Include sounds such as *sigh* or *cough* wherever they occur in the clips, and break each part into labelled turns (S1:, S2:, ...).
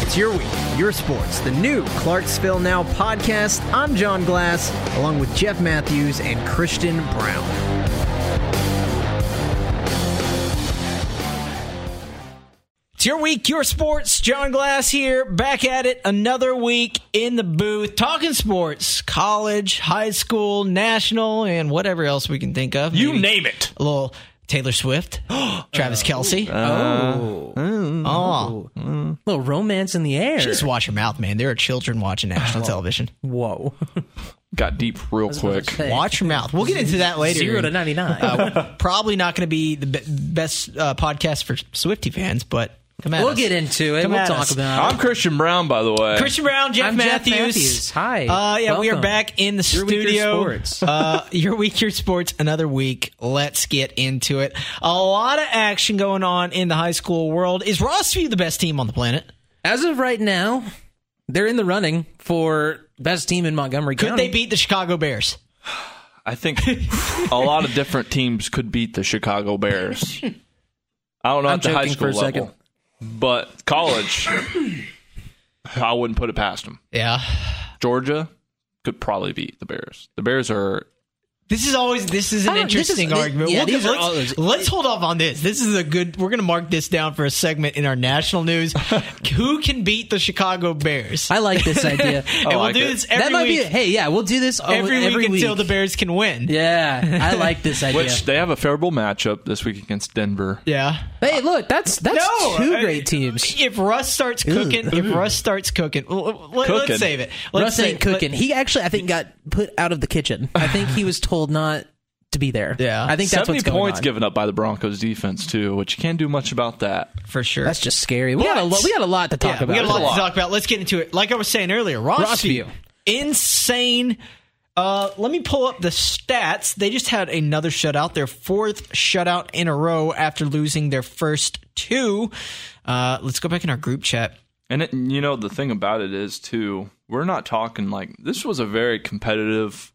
S1: It's your week, your sports, the new Clarksville Now podcast. I'm John Glass, along with Jeff Matthews and Christian Brown. It's your week, your sports. John Glass here, back at it another week in the booth, talking sports, college, high school, national, and whatever else we can think of.
S2: You
S1: Maybe
S2: name it.
S1: a little Taylor Swift, Travis Kelsey. oh,
S3: little *laughs* romance in the air.
S1: Just wash your mouth, man. There are children watching national television.
S3: Whoa.
S2: Got deep real quick.
S3: Hey,
S1: Watch your mouth. We'll get into that later.
S3: *laughs* Zero to 99.
S1: Uh, probably not going to be the be- best uh, podcast for Swifty fans, but come at
S3: we'll
S1: us.
S3: get into it.
S1: Come
S3: we'll
S1: at
S3: talk
S1: us.
S3: about
S2: I'm Christian Brown, by the way.
S1: Christian Brown, Jeff,
S3: I'm Jeff
S1: Matthews.
S3: Matthews. Hi.
S1: Uh, yeah, we are
S3: Welcome.
S1: back in the
S3: Your Week, Your
S1: studio. *laughs*
S3: Sports.
S1: uh, your week, your sports. Another week. Let's get into it. A lot of action going on in the high school world. Is Rossview the best team on the planet?
S3: As of right now, they're in the running for best team in Montgomery
S1: Could
S3: County.
S1: they beat the Chicago Bears?
S2: I think a lot of different teams could beat the Chicago Bears. I don't know
S3: I'm
S2: at the high
S3: joking
S2: school
S3: for a second.
S2: level, but college, I wouldn't put it past them.
S1: Yeah.
S2: Georgia could probably beat the Bears. The Bears are
S1: This is always this is an
S3: I don't- this is-
S1: interesting
S3: thi-
S1: argument.
S3: yeah,
S1: We'll
S3: these
S1: get-
S3: are all
S1: let's,
S3: those-
S1: let's hold off on this. This is a good. We're going to mark this down for a segment in our national news.
S3: *laughs*
S1: Who can beat the Chicago Bears?
S3: I like Oh, this idea.
S1: *laughs*
S3: *laughs*
S1: and
S2: I
S1: we'll
S2: like
S1: do
S2: it.
S1: this every
S3: that might
S1: week.
S3: be. Hey, yeah, we'll do this over-
S1: every, week, until the Bears can win.
S3: *laughs* Yeah, I like *laughs* this idea.
S2: which they have a favorable matchup this week against Denver.
S1: Yeah.
S3: hey, look, that's that's
S1: No,
S3: two
S1: I-
S3: great teams.
S1: If Russ starts cooking, if Russ starts cooking, l- l- let,
S2: Cooking.
S1: us save it. Let's
S3: Russ
S1: save-
S3: ain't cooking. he actually, I think, got put out of the kitchen. I think he was told not to be *laughs* there.
S1: Yeah.
S3: I think that's
S2: Seventy
S3: what's going
S2: points
S3: on.
S2: given up by the Broncos defense too, which you can't do much about that.
S1: let- for sure.
S3: That's just scary. We got a lot. We got a lot to talk
S1: Yeah,
S3: about.
S1: We got a lot, to talk about. Let's get into it. Like I was saying earlier, Rossview,
S3: Rossview.
S1: insane. Uh, let me pull up the stats. They just had another shutout, their fourth shutout in a row after losing their first two. Uh, let's go back in our group chat.
S2: And it, you know the thing about it is too, we're not talking like this was a very competitive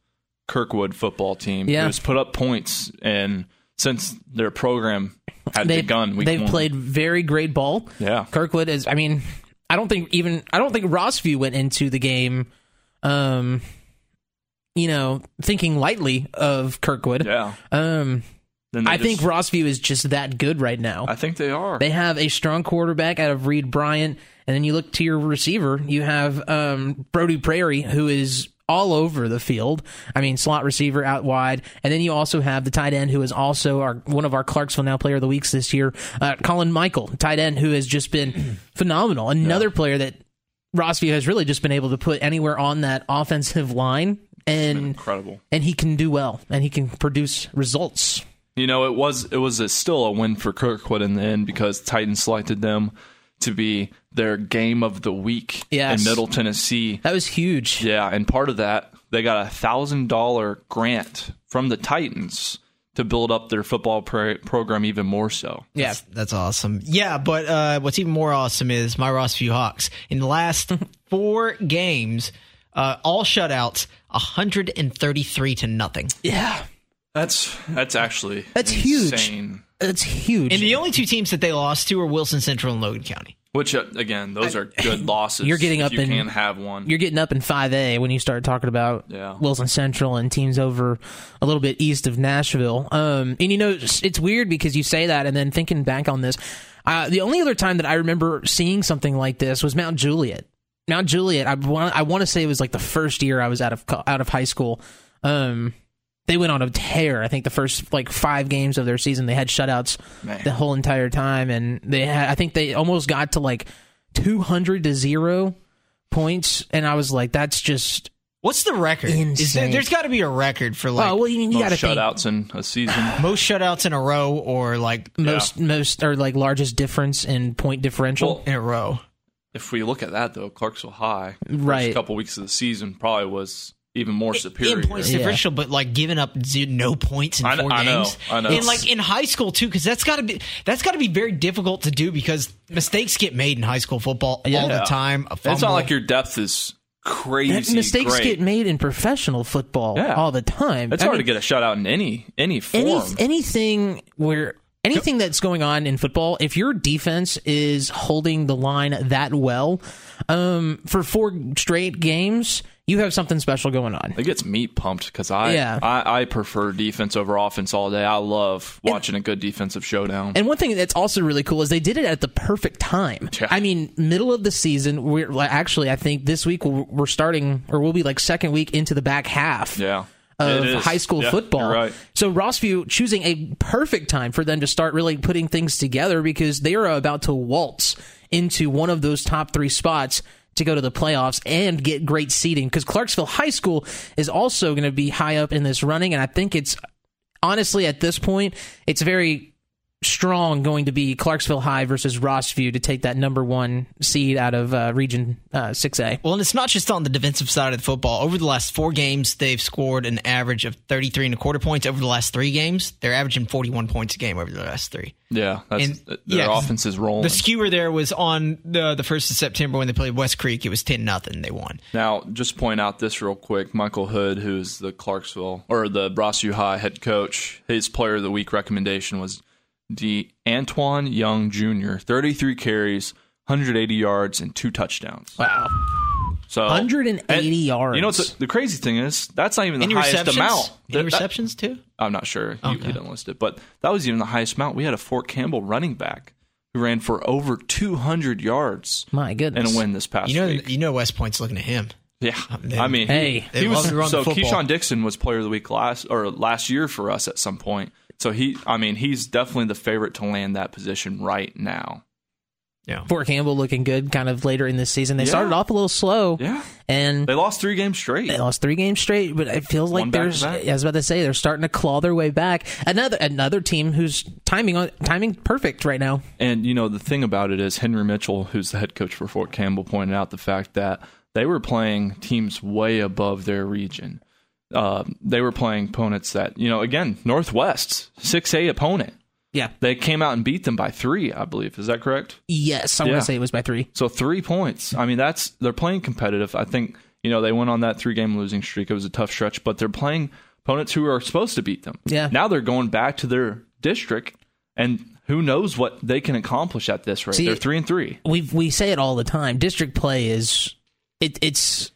S2: Kirkwood football team.
S3: Yeah.
S2: it was put up points, and since their program had
S3: They've,
S2: begun, week
S3: they've
S2: one,
S3: played very great ball.
S2: Yeah.
S3: Kirkwood is. I mean, I don't think even I don't think Rossview went into the game, um, you know, thinking lightly of Kirkwood.
S2: Yeah,
S3: Um,
S2: Then they
S3: I think
S2: just-
S3: Rossview is just that good right now.
S2: I think they are.
S3: They have a strong quarterback out of Reed Bryant, and then you look to your receiver. You have um, Brody Prairie, who is all over the field. I mean, slot receiver out wide, and then you also have the tight end, who is also our one of our Clarksville now Player of the Weeks this year, uh, Colin Michael, tight end, who has just been *clears throat* phenomenal. Another player that Rossview has really just been able to put anywhere on that offensive line, and
S2: Incredible.
S3: and he can do well, and he can produce results.
S2: You know, it was it was a, still a win for Kirkwood in the end because Titans selected them to be their game of the week
S3: Yes.
S2: in Middle Tennessee.
S3: That was huge.
S2: Yeah, and part of that, they got a thousand dollar grant from the Titans to build up their football pro- program even more so.
S3: Yeah,
S1: That's awesome. Yeah, but uh, what's even more awesome is my Rossview Hawks. In the
S3: *laughs*
S1: last four games, uh, all shutouts, 133 to nothing.
S3: yeah.
S2: That's that's actually
S3: That's huge.
S2: insane.
S3: That's huge.
S1: And the only two teams that they lost to are Wilson Central and Logan County.
S2: Which uh, again, those are good losses.
S3: You're getting
S2: if
S3: up
S2: you
S3: in-
S2: can have one.
S3: you're getting up in 5A when you start talking about
S2: Yeah.
S3: Wilson Central and teams over a little bit east of Nashville. Um, and you know, it's, it's weird because you say that, and then thinking back on this, uh, the only other time that I remember seeing something like this was Mount Juliet. Mount Juliet. I want. I want to say it was like the first year I was out of co- out of high school. Um, they went on a tear. I think the first like five games of their season, they had shutouts
S2: Man.
S3: the whole entire time, and they had. I think they almost got to like two hundred to zero points, and I was like, that's just.
S1: What's the record? Is there,
S3: Insane.
S1: there's got to be a record for like
S3: oh well, you, you
S2: Most
S3: got to think
S2: shutouts in a season.
S3: *sighs*
S1: most shutouts in a row or like
S3: most most or like largest difference in point differential.
S2: Well,
S1: in a row.
S2: if we look at that though, Clarksville High,
S3: Right.
S2: first couple weeks of the season probably was even more superior.
S1: In points differential, but like giving up ze- no points in
S2: I kn-
S1: four
S2: I know,
S1: games,
S2: I know.
S1: and like in high school too, because that's got to be that's got to be very difficult to do because mistakes get made in high school football all the
S2: Yeah.
S1: time. a
S2: It's not
S1: fumble.
S2: like your depth is
S3: That-
S2: crazy.
S3: mistakes
S2: great.
S3: get made in professional football
S2: Yeah.
S3: all the time.
S2: It's
S3: I
S2: hard
S3: mean,
S2: to get a shutout in any any form.
S3: any, anything where anything that's going on in football, if your defense is holding the line that well um, for four straight games, you have something special going on.
S2: It gets me pumped because I,
S3: Yeah.
S2: I I prefer defense over offense all day. I love watching a good defensive showdown.
S3: And one thing that's also really cool is they did it at the perfect time.
S2: Yeah.
S3: I mean, middle of the season. We're like, actually, I think this week we're, we're starting, or we'll be like second week into the back half.
S2: yeah,
S3: Of
S2: It is.
S3: high school
S2: Yeah,
S3: football,
S2: You're right.
S3: so Rossview choosing a perfect time for them to start really putting things together because they are about to waltz into one of those top three spots to go to the playoffs and get great seeding. Because Clarksville High School is also going to be high up in this running, and I think it's honestly at this point it's very strong going to be Clarksville High versus Rossview to take that number one seed out of uh, Region uh, Six A.
S1: Well, and it's not just on the defensive side of the football. Over the last four games, they've scored an average of 33 and a quarter points. Over the last three games, they're averaging 41 points a game over the last three.
S2: Yeah, that's
S1: And-
S2: their
S1: yeah, 'cause
S2: offense is rolling.
S1: The skewer there was on the, the 1st of September when they played West Creek. It was 10 nothing. They won.
S2: Now, just point out this real quick. Michael Hood, who's the Clarksville or the Brassou High head coach, his player of the week recommendation was D Antoine Young Jr. 33 carries, 180 yards, and two touchdowns.
S3: Wow.
S2: So
S3: 180
S2: and
S3: yards.
S2: You know what's the crazy thing is that's not even the
S1: Any
S2: highest
S1: receptions?
S2: amount.
S1: Any
S2: That- that-
S1: receptions, too?
S2: I'm not sure. He, he didn't list it, but that was even the highest amount. We had a Fort Campbell running back who ran for over 200 yards
S3: My
S2: in
S3: goodness.
S2: a win this past
S1: You know,
S2: week.
S1: you know West Point's looking at him.
S2: Yeah,
S1: They-
S2: I mean,
S3: Hey.
S1: They
S2: he was
S1: love to run
S2: so
S1: the football.
S2: Keyshawn Dixon was player of the week last or last year for us at some point. So he, I mean, he's definitely the favorite to land that position right now.
S1: Yeah.
S3: Fort Campbell looking good kind of later in this season. They
S2: Yeah.
S3: started off a little slow.
S2: Yeah,
S3: And
S2: they lost three games straight.
S3: they lost three games straight, but it feels like
S2: One back
S3: there's.
S2: to back.
S3: I was about to say they're starting to claw their way back. Another another team who's timing on timing perfect right now.
S2: And you know the thing about it is Henry Mitchell, who's the head coach for Fort Campbell, pointed out the fact that they were playing teams way above their region. Uh, they were playing opponents that you know again Northwest six A opponent.
S3: Yeah.
S2: They came out and beat them by three, I believe. Is that correct?
S3: Yes, I
S2: Yeah.
S3: want to say it was by three.
S2: So three points. I mean, that's they're playing competitive. I think you know they went on that three game losing streak. It was a tough stretch, but they're playing opponents who are supposed to beat them.
S3: Yeah.
S2: Now they're going back to their district, and who knows what they can accomplish at this rate?
S3: See-
S2: they're three and three.
S3: we we say it all the time. District play is it, it's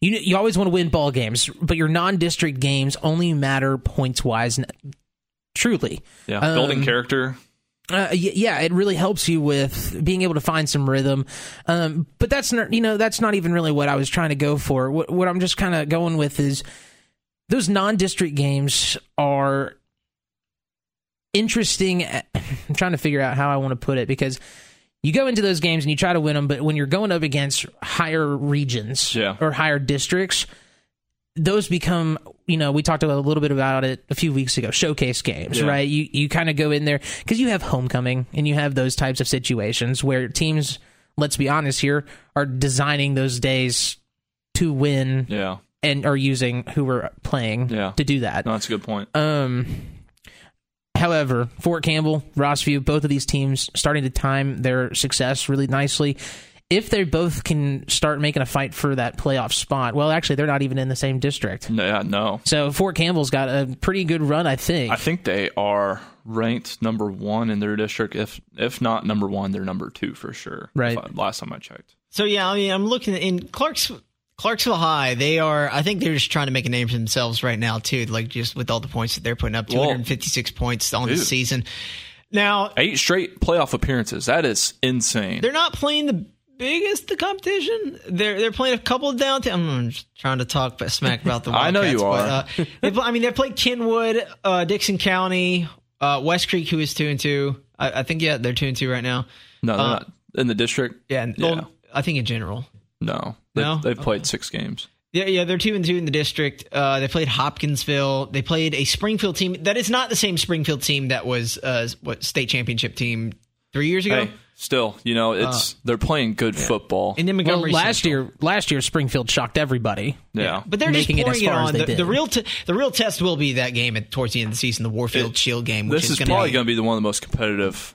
S3: you you always want to win ball games, but your non-district games only matter points wise. Truly,
S2: Yeah.
S3: Um,
S2: Building character.
S3: uh, y- yeah, it really helps you with being able to find some rhythm. Um, but that's not, you know, that's not even really what I was trying to go for. What, what I'm just kind of going with is those non-district games are interesting. *laughs* I'm trying to figure out how I want to put it because you go into those games and you try to win them, but when you're going up against higher regions
S2: Yeah.
S3: or higher districts, those become you know we talked a little bit about it a few weeks ago showcase games
S2: Yeah.
S3: right you you kind of go in there because you have homecoming and you have those types of situations where teams let's be honest here are designing those days to win
S2: Yeah.
S3: and are using who we're playing
S2: Yeah.
S3: to do that
S2: No, that's a good point.
S3: um however fort campbell rossview both of these teams starting to time their success really nicely if they both can start making a fight for that playoff spot well actually they're not even in the same district
S2: No, yeah, no.
S3: so Fort Campbell's got a pretty good run, I think.
S2: I think they are ranked number one in their district. If if not number one, they're number two for sure.
S3: Right.
S2: If I- last time I checked.
S1: So yeah, I mean, I'm looking in Clarks Clarksville High. They are. I think they're just trying to make a name for themselves right now too. Like just with all the points that they're putting up,
S2: Whoa.
S1: 256 points on the
S2: Dude.
S1: season. Now
S2: Eight straight playoff appearances. That is insane.
S1: they're not playing the biggest the competition. They're they're playing a couple of downtown. I'm just trying to talk but smack about the.
S2: *laughs* I know you
S1: Wildcats, but, uh, they pl- I mean, they played Kenwood, uh, Dixon County, uh, West Creek, who is two and two. I, I think yeah, they're two and two right now.
S2: no,
S3: uh,
S2: they're not in the district.
S1: Yeah, and,
S2: Yeah.
S1: Well, I think in general.
S2: No, they,
S1: No?
S2: they've played six games.
S1: Yeah, yeah, they're two and two in the district. Uh, they played Hopkinsville. They played a Springfield team that is not the same Springfield team that was uh, what state championship team three years ago.
S2: Hey, still, you know, it's they're playing good football.
S1: Uh, And then
S3: well,
S1: Montgomery
S3: last
S1: Central.
S3: year, last year Springfield shocked everybody.
S2: yeah,
S1: but they're
S3: making it
S1: just
S3: as
S1: pouring it,
S3: far as
S1: on.
S3: they
S1: The,
S3: did.
S1: the real, t- the real test will be that game at towards the end of the season, the Warfield Shield game, which
S2: this is,
S1: is, gonna
S2: probably
S1: be,
S2: going to be the one of the most competitive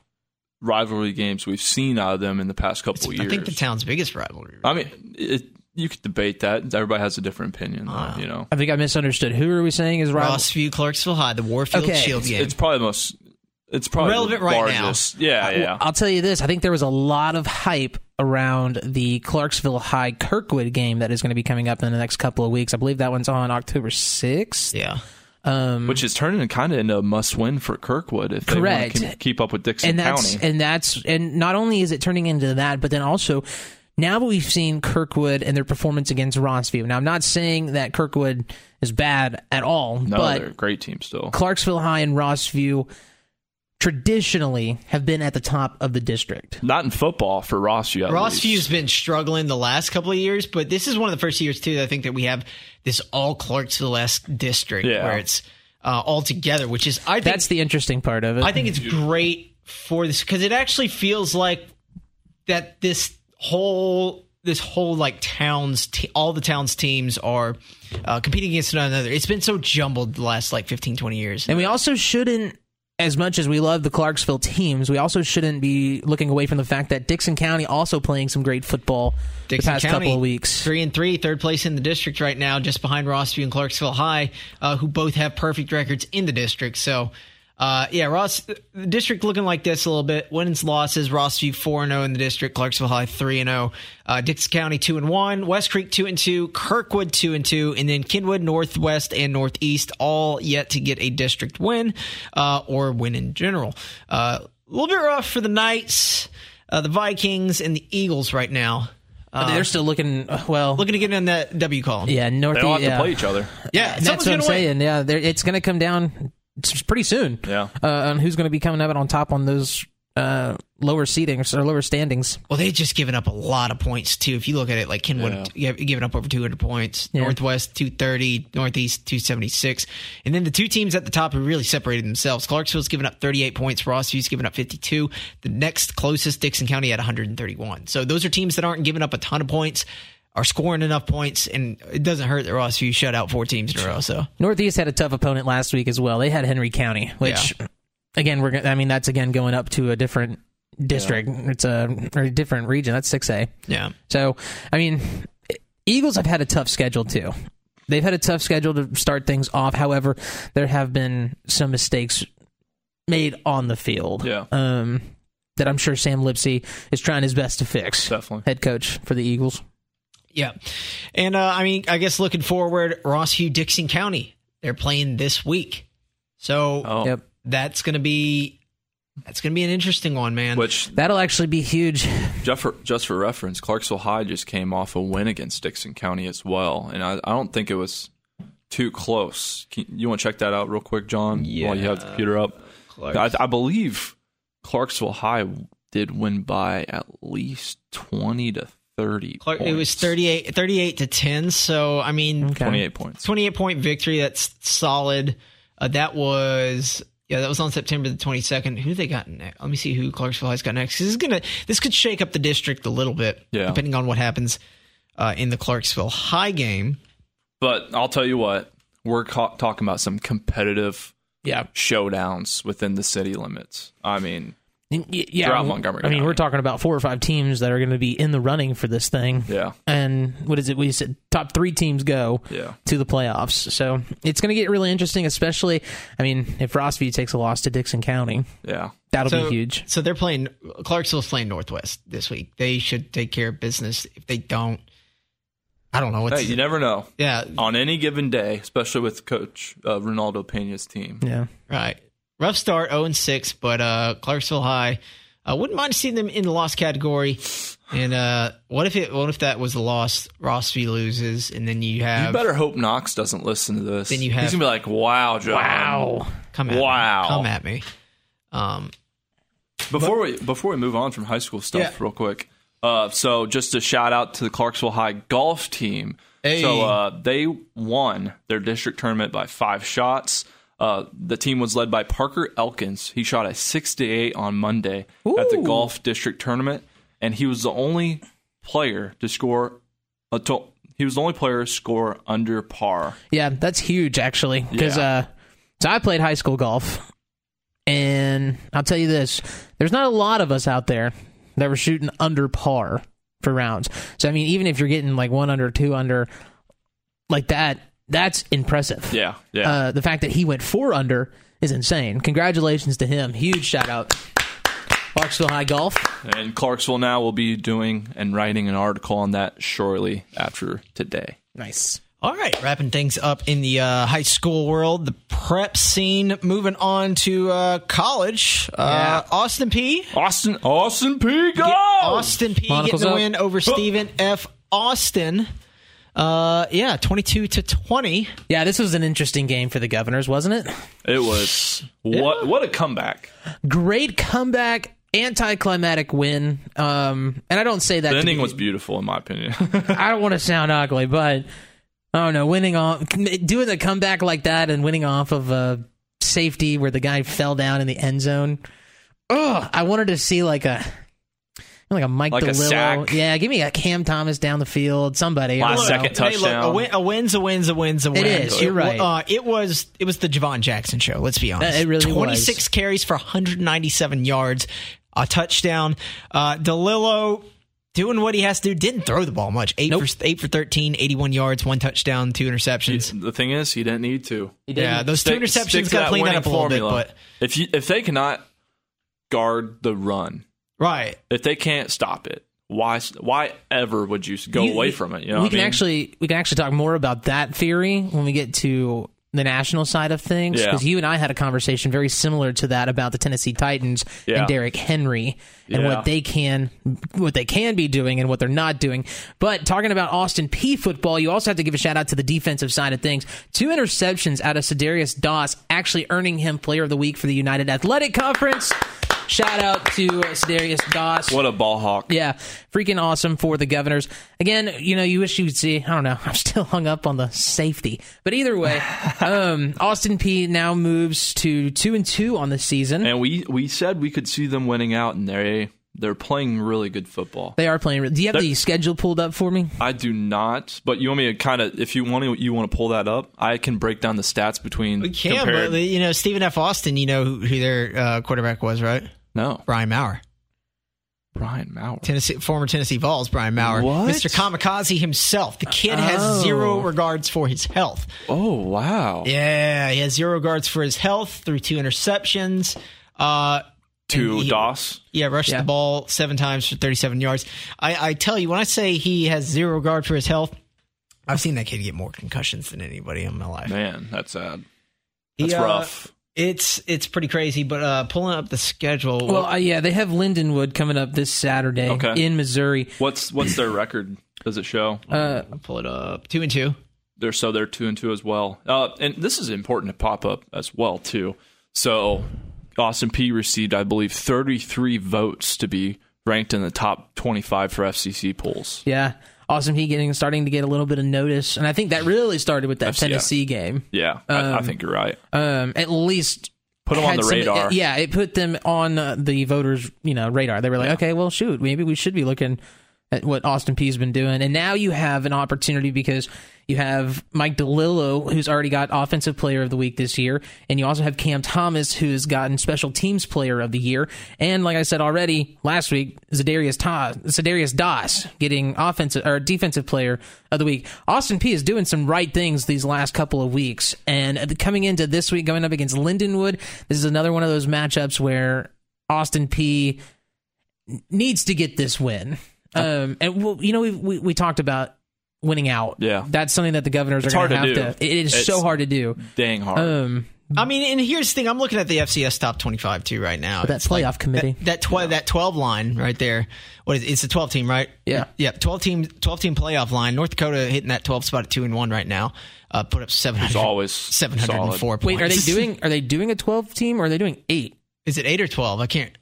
S2: rivalry games we've seen out of them in the past couple years. Uh,
S1: I think, the town's biggest rivalry.
S2: I mean, it, you could debate that. Everybody has a different opinion, though,
S1: Uh,
S2: you know.
S3: I think I misunderstood. Who are we saying is rival?
S1: Rossview, Clarksville High, the Warfield
S3: Okay.
S1: Shield game.
S2: It's probably the most. It's probably
S1: Relevant
S2: the
S1: right now.
S2: largest. Yeah, yeah.
S3: I'll tell you this. I think there was a lot of hype around the Clarksville High Kirkwood game that is going to be coming up in the next couple of weeks. I believe that one's on October 6th.
S1: Yeah. um,
S2: Which is turning kind of into a must-win for Kirkwood if
S3: Correct.
S2: they want to keep up with Dixon
S3: and that's
S2: County.
S3: and that's and not only is it turning into that, but then also now that we've seen Kirkwood and their performance against Rossview. Now I'm not saying that Kirkwood is bad at all,
S2: no,
S3: but
S2: they're a great team still.
S3: Clarksville High and Rossview traditionally have been at the top of the district.
S2: Not in football for Rossview. at
S1: Rossview's
S2: least.
S1: been struggling the last couple of years, but this is one of the first years too that I think that we have this all Clarksville esque district
S2: Yeah.
S1: where it's uh, all together, which is I think
S3: That's the interesting part of it.
S1: I think it's great for this because it actually feels like that this whole this whole like towns te- all the towns teams are uh, competing against one another. It's been so jumbled the last like 15, 20 years.
S3: And we also shouldn't, as much as we love the Clarksville teams, we also shouldn't be looking away from the fact that Dixon County also playing some great football
S1: Dixon
S3: the past
S1: County,
S3: couple of weeks.
S1: Three and three, third place in the district right now, just behind Rossview and Clarksville High, uh, who both have perfect records in the district. So, uh, yeah, Ross, the district looking like this a little bit. Wins, losses. Rossview four and zero in the district. Clarksville High three and zero. Uh, Dix County two and one. West Creek two and two. Kirkwood two and two, and then Kenwood Northwest and Northeast all yet to get a district win uh, or win in general. Uh, a little bit rough for the Knights. Uh, the Vikings and the Eagles right now
S3: They're still looking uh, well.
S1: looking to get in that W column.
S3: yeah, north.
S2: They don't have
S3: yeah.
S2: to play each other.
S1: yeah,
S3: That's
S1: someone's
S3: what I'm
S1: gonna win.
S3: saying. Yeah, there- it's going to come down s- pretty soon.
S2: Yeah.
S3: uh, on who's going to be coming up on top on those uh, lower seedings or lower standings.
S1: Well, they've just given up a lot of points too. If you look at it, like Kenwood yeah. giving up over 200 points,
S3: Yeah.
S1: Northwest 230, Northeast 276, and then the two teams at the top who really separated themselves. Clarksville's given up 38 points, Rossview's given up 52. The next closest, Dixon County at 131. So those are teams that aren't giving up a ton of points. Are scoring enough points, and it doesn't hurt that Rossview shut out four teams in a row. So
S3: Northeast had a tough opponent last week as well. They had Henry County, which again we're gonna, I mean that's again going up to a different district. It's a or a different region. That's six A.
S1: yeah,
S3: So I mean, Eagles have had a tough schedule too. They've had a tough schedule to start things off. However, there have been some mistakes made on the field.
S2: Yeah.
S3: Um, that I'm sure Sam Lipsy is trying his best to fix.
S2: Definitely.
S3: Head coach for the Eagles.
S1: Yeah. And uh, I mean, I guess looking forward, Rossview Dixon County, they're playing this week. So
S2: Oh.
S3: Yep.
S1: that's going to be that's going to be an interesting one, man.
S2: Which
S3: That'll actually be huge.
S2: Just for, just for reference, Clarksville High just came off a win against Dixon County as well, and I, I don't think it was too close. Can, you want to check that out real quick, John? While you have the computer up, I, I believe Clarksville High did win by at least twenty to thirty.
S1: Clark, it was
S2: points.
S1: 38, 38 to 10, so I mean
S3: Okay.
S2: 28 points.
S1: 28 point victory, that's solid. Uh, that was yeah, that was on September the 22nd. Who they got next? Let me see who Clarksville High's got next. This is going to this could shake up the district a little bit
S2: Yeah.
S1: depending on what happens uh, in the Clarksville High game.
S2: But I'll tell you what, we're ca- talking about some competitive
S3: Yeah.
S2: showdowns within the city limits. I mean,
S3: Yeah.
S2: Throughout Montgomery
S3: I mean,
S2: County.
S3: we're talking about four or five teams that are going to be in the running for this thing.
S2: yeah,
S3: and what is it? We said top three teams go
S2: Yeah.
S3: to the playoffs. So it's going to get really interesting, especially, I mean, if Rossview takes a loss to Dixon County,
S2: yeah.
S3: that'll be huge.
S1: So they're playing Clarksville's playing Northwest this week. They should take care of business. If they don't, I don't know what's
S2: Hey, you never know.
S1: yeah
S2: on any given day, especially with Coach uh, Ronaldo Pena's team.
S3: Yeah.
S1: right. Rough start, zero and six, but uh, Clarksville High. I wouldn't mind seeing them in the loss category. And uh, what if it? What if that was the loss? Rossview loses, and then you have
S2: You better hope Knox doesn't listen to this.
S1: Then you have-
S2: He's gonna be like, "Wow, John!
S1: come at
S2: Wow.
S1: me. come at me. Um,
S2: Before we before we move on from high school stuff,
S1: Yeah.
S2: real quick. Uh, so just a shout out to the Clarksville High golf team.
S1: Hey.
S2: So uh, they won their district tournament by five shots. Uh, the team was led by Parker Elkins. He shot a 68 on Monday at the golf district tournament, and he was the only player to score a to- he was the only player to score under par.
S3: Yeah. That's huge, actually. Because,
S2: Yeah.
S3: uh, so I played high school golf, and I'll tell you this there's not a lot of us out there that were shooting under par for rounds. So, I mean, even if you're getting like one under, two under, like that, that's impressive.
S2: Yeah, yeah.
S3: uh, the fact that he went four under is insane. Congratulations to him. Huge shout out. Clarksville High Golf.
S2: And Clarksville now will be doing and writing an article on that shortly after today.
S3: Nice.
S1: All right, wrapping things up in the uh, high school world, the prep scene. Moving on to uh, college. Uh, Austin P.
S2: Austin, Austin P. Go!
S1: Austin P.
S3: Monocles
S1: getting the
S3: up.
S1: win
S2: Oh!
S1: over Stephen F. Austin. Uh, yeah, twenty-two to twenty.
S3: Yeah, this was an interesting game for the Governors, wasn't it?
S2: It was what what a comeback.
S3: Great comeback, anticlimactic win. Um, and I don't say that.
S2: The
S3: to
S2: ending
S3: be-
S2: was beautiful in my opinion.
S1: *laughs*
S3: I don't want to sound ugly, but I don't know. Winning off, doing the comeback like that, and winning off of a safety where the guy fell down in the end zone. Ugh, I wanted to see like a. Like a Mike
S2: Like a
S3: DeLillo.
S2: sack.
S3: yeah, give me a Cam Thomas down the field. Somebody. I
S2: Last
S3: don't know.
S2: second
S1: Hey, look,
S2: touchdown.
S1: a, win, a win's a win's a win's a win.
S3: is, you're
S1: It wa-
S3: right.
S1: Uh, it was it was the Javon Jackson show. Let's be honest.
S3: Uh, it really was.
S1: 26 carries for 197 yards, a touchdown. Uh, Delillo doing what he has to do. Didn't throw the ball much. Eight for eight for 13, 81 yards, one touchdown, two interceptions.
S2: the thing is, he didn't need to.
S1: Yeah, those two
S2: stick
S1: interceptions
S2: to
S1: got to clean that
S2: winning
S1: up a little bit,
S2: formula.
S1: but
S2: if you if they cannot guard the run,
S1: right.
S2: if they can't stop it, why why ever would you go
S3: You-
S2: away from it? You know
S3: we
S2: what
S3: can
S2: I mean?
S3: actually we can actually talk more about that theory when we get to the national side of things
S2: Yeah.
S3: because you and I had a conversation very similar to that about the Tennessee Titans
S2: Yeah.
S3: and Derrick Henry and
S2: Yeah.
S3: what they can what they can be doing and what they're not doing. But talking about Austin P football, you also have to give a shout out to the defensive side of things. Two interceptions out of Sedarius Doss actually earning him player of the week for the United Athletic Conference. Shout out to Sedarius Doss.
S2: what a ball hawk.
S3: Yeah, freaking awesome for the governors. Again, you know, you wish you'd see. I don't know. *laughs* I'm still hung up on the safety, but either
S2: *laughs*
S3: way, um, Austin P now moves to two and two on the season.
S2: And we we said we could see them winning out, and they they're playing really good football.
S3: They are playing. Do you have the schedule pulled up for me?
S2: I do not, but you want me to kind of if you want to you want to pull that up, I can break down the stats between.
S1: We can,
S2: compared-
S1: but you know Stephen F. Austin. You know who, who their uh, quarterback was, right?
S2: no,
S1: Brian Maurer.
S2: Brian Mauer.
S1: Tennessee, former Tennessee Vols, Brian Maurer,
S2: What?
S1: Mr. Kamikaze himself. The kid has
S3: Oh.
S1: zero regards for his health.
S2: Oh wow,
S1: Yeah, he has zero regards for his health through two interceptions. Uh,
S2: to
S1: and he-
S2: Doss.
S1: Yeah, rushed
S3: Yeah.
S1: the ball seven times for 37 yards. I, I tell you, when I say he has zero regard for his health, I've seen that kid get more concussions than anybody in my life.
S2: Man, that's sad.
S1: He,
S2: That's
S1: uh,
S2: rough.
S1: It's it's pretty crazy, but uh, pulling up the schedule.
S3: Well, uh, yeah, they have Lindenwood coming up this Saturday
S2: Okay.
S3: in Missouri.
S2: What's what's their record? Does it show?
S3: Uh,
S1: I'll pull it up. Two and two.
S2: they're so they're two and two as well. Uh, and this is important to pop up as well too. So Austin P received, I believe, 33 votes to be ranked in the top 25 for FCC polls.
S3: yeah, Austin P getting starting to get a little bit of notice, and I think that really started with that
S2: yeah.
S3: Tennessee game.
S2: Yeah, I, I think you're right.
S3: um, at least
S2: Put 'em on
S3: had
S2: the
S3: some- uh,
S2: radar.
S3: yeah, it put them on uh, the voters, you know, radar. They were like, okay, well, shoot, maybe we should be looking at what Austin P's been doing. And now you have an opportunity because you have Mike DeLillo, who's already got Offensive Player of the Week this year, and you also have Cam Thomas, who's gotten Special Teams Player of the Year. And like I said already last week, Zadarius Ta- Zadarius Das getting offensive or defensive player of the week. Austin P is doing some right things these last couple of weeks, and coming into this week, going up against Lindenwood, this is another one of those matchups where Austin P needs to get this win. Um, and well, you know, we we we talked about winning out.
S2: Yeah.
S3: that's something that the governors are
S2: hard
S3: going
S2: to
S3: to have to.
S2: do.
S3: It is so
S2: It's-
S3: hard to do.
S2: Dang hard.
S3: Um,
S1: I mean, and here's the thing: I'm looking at the FCS top 25 too right now.
S3: that
S1: It's
S3: playoff committee.
S1: that tw- that 12 line right there what is it? it's a 12 team right
S3: Yeah.
S1: yeah 12 team 12 team playoff line north dakota hitting that 12 spot at 2 and 1 right now uh put up 700
S2: always
S1: 704
S2: solid.
S1: points
S3: Wait, are they doing are they doing a twelve team or are they doing eight?
S1: is it 8 or 12 i can't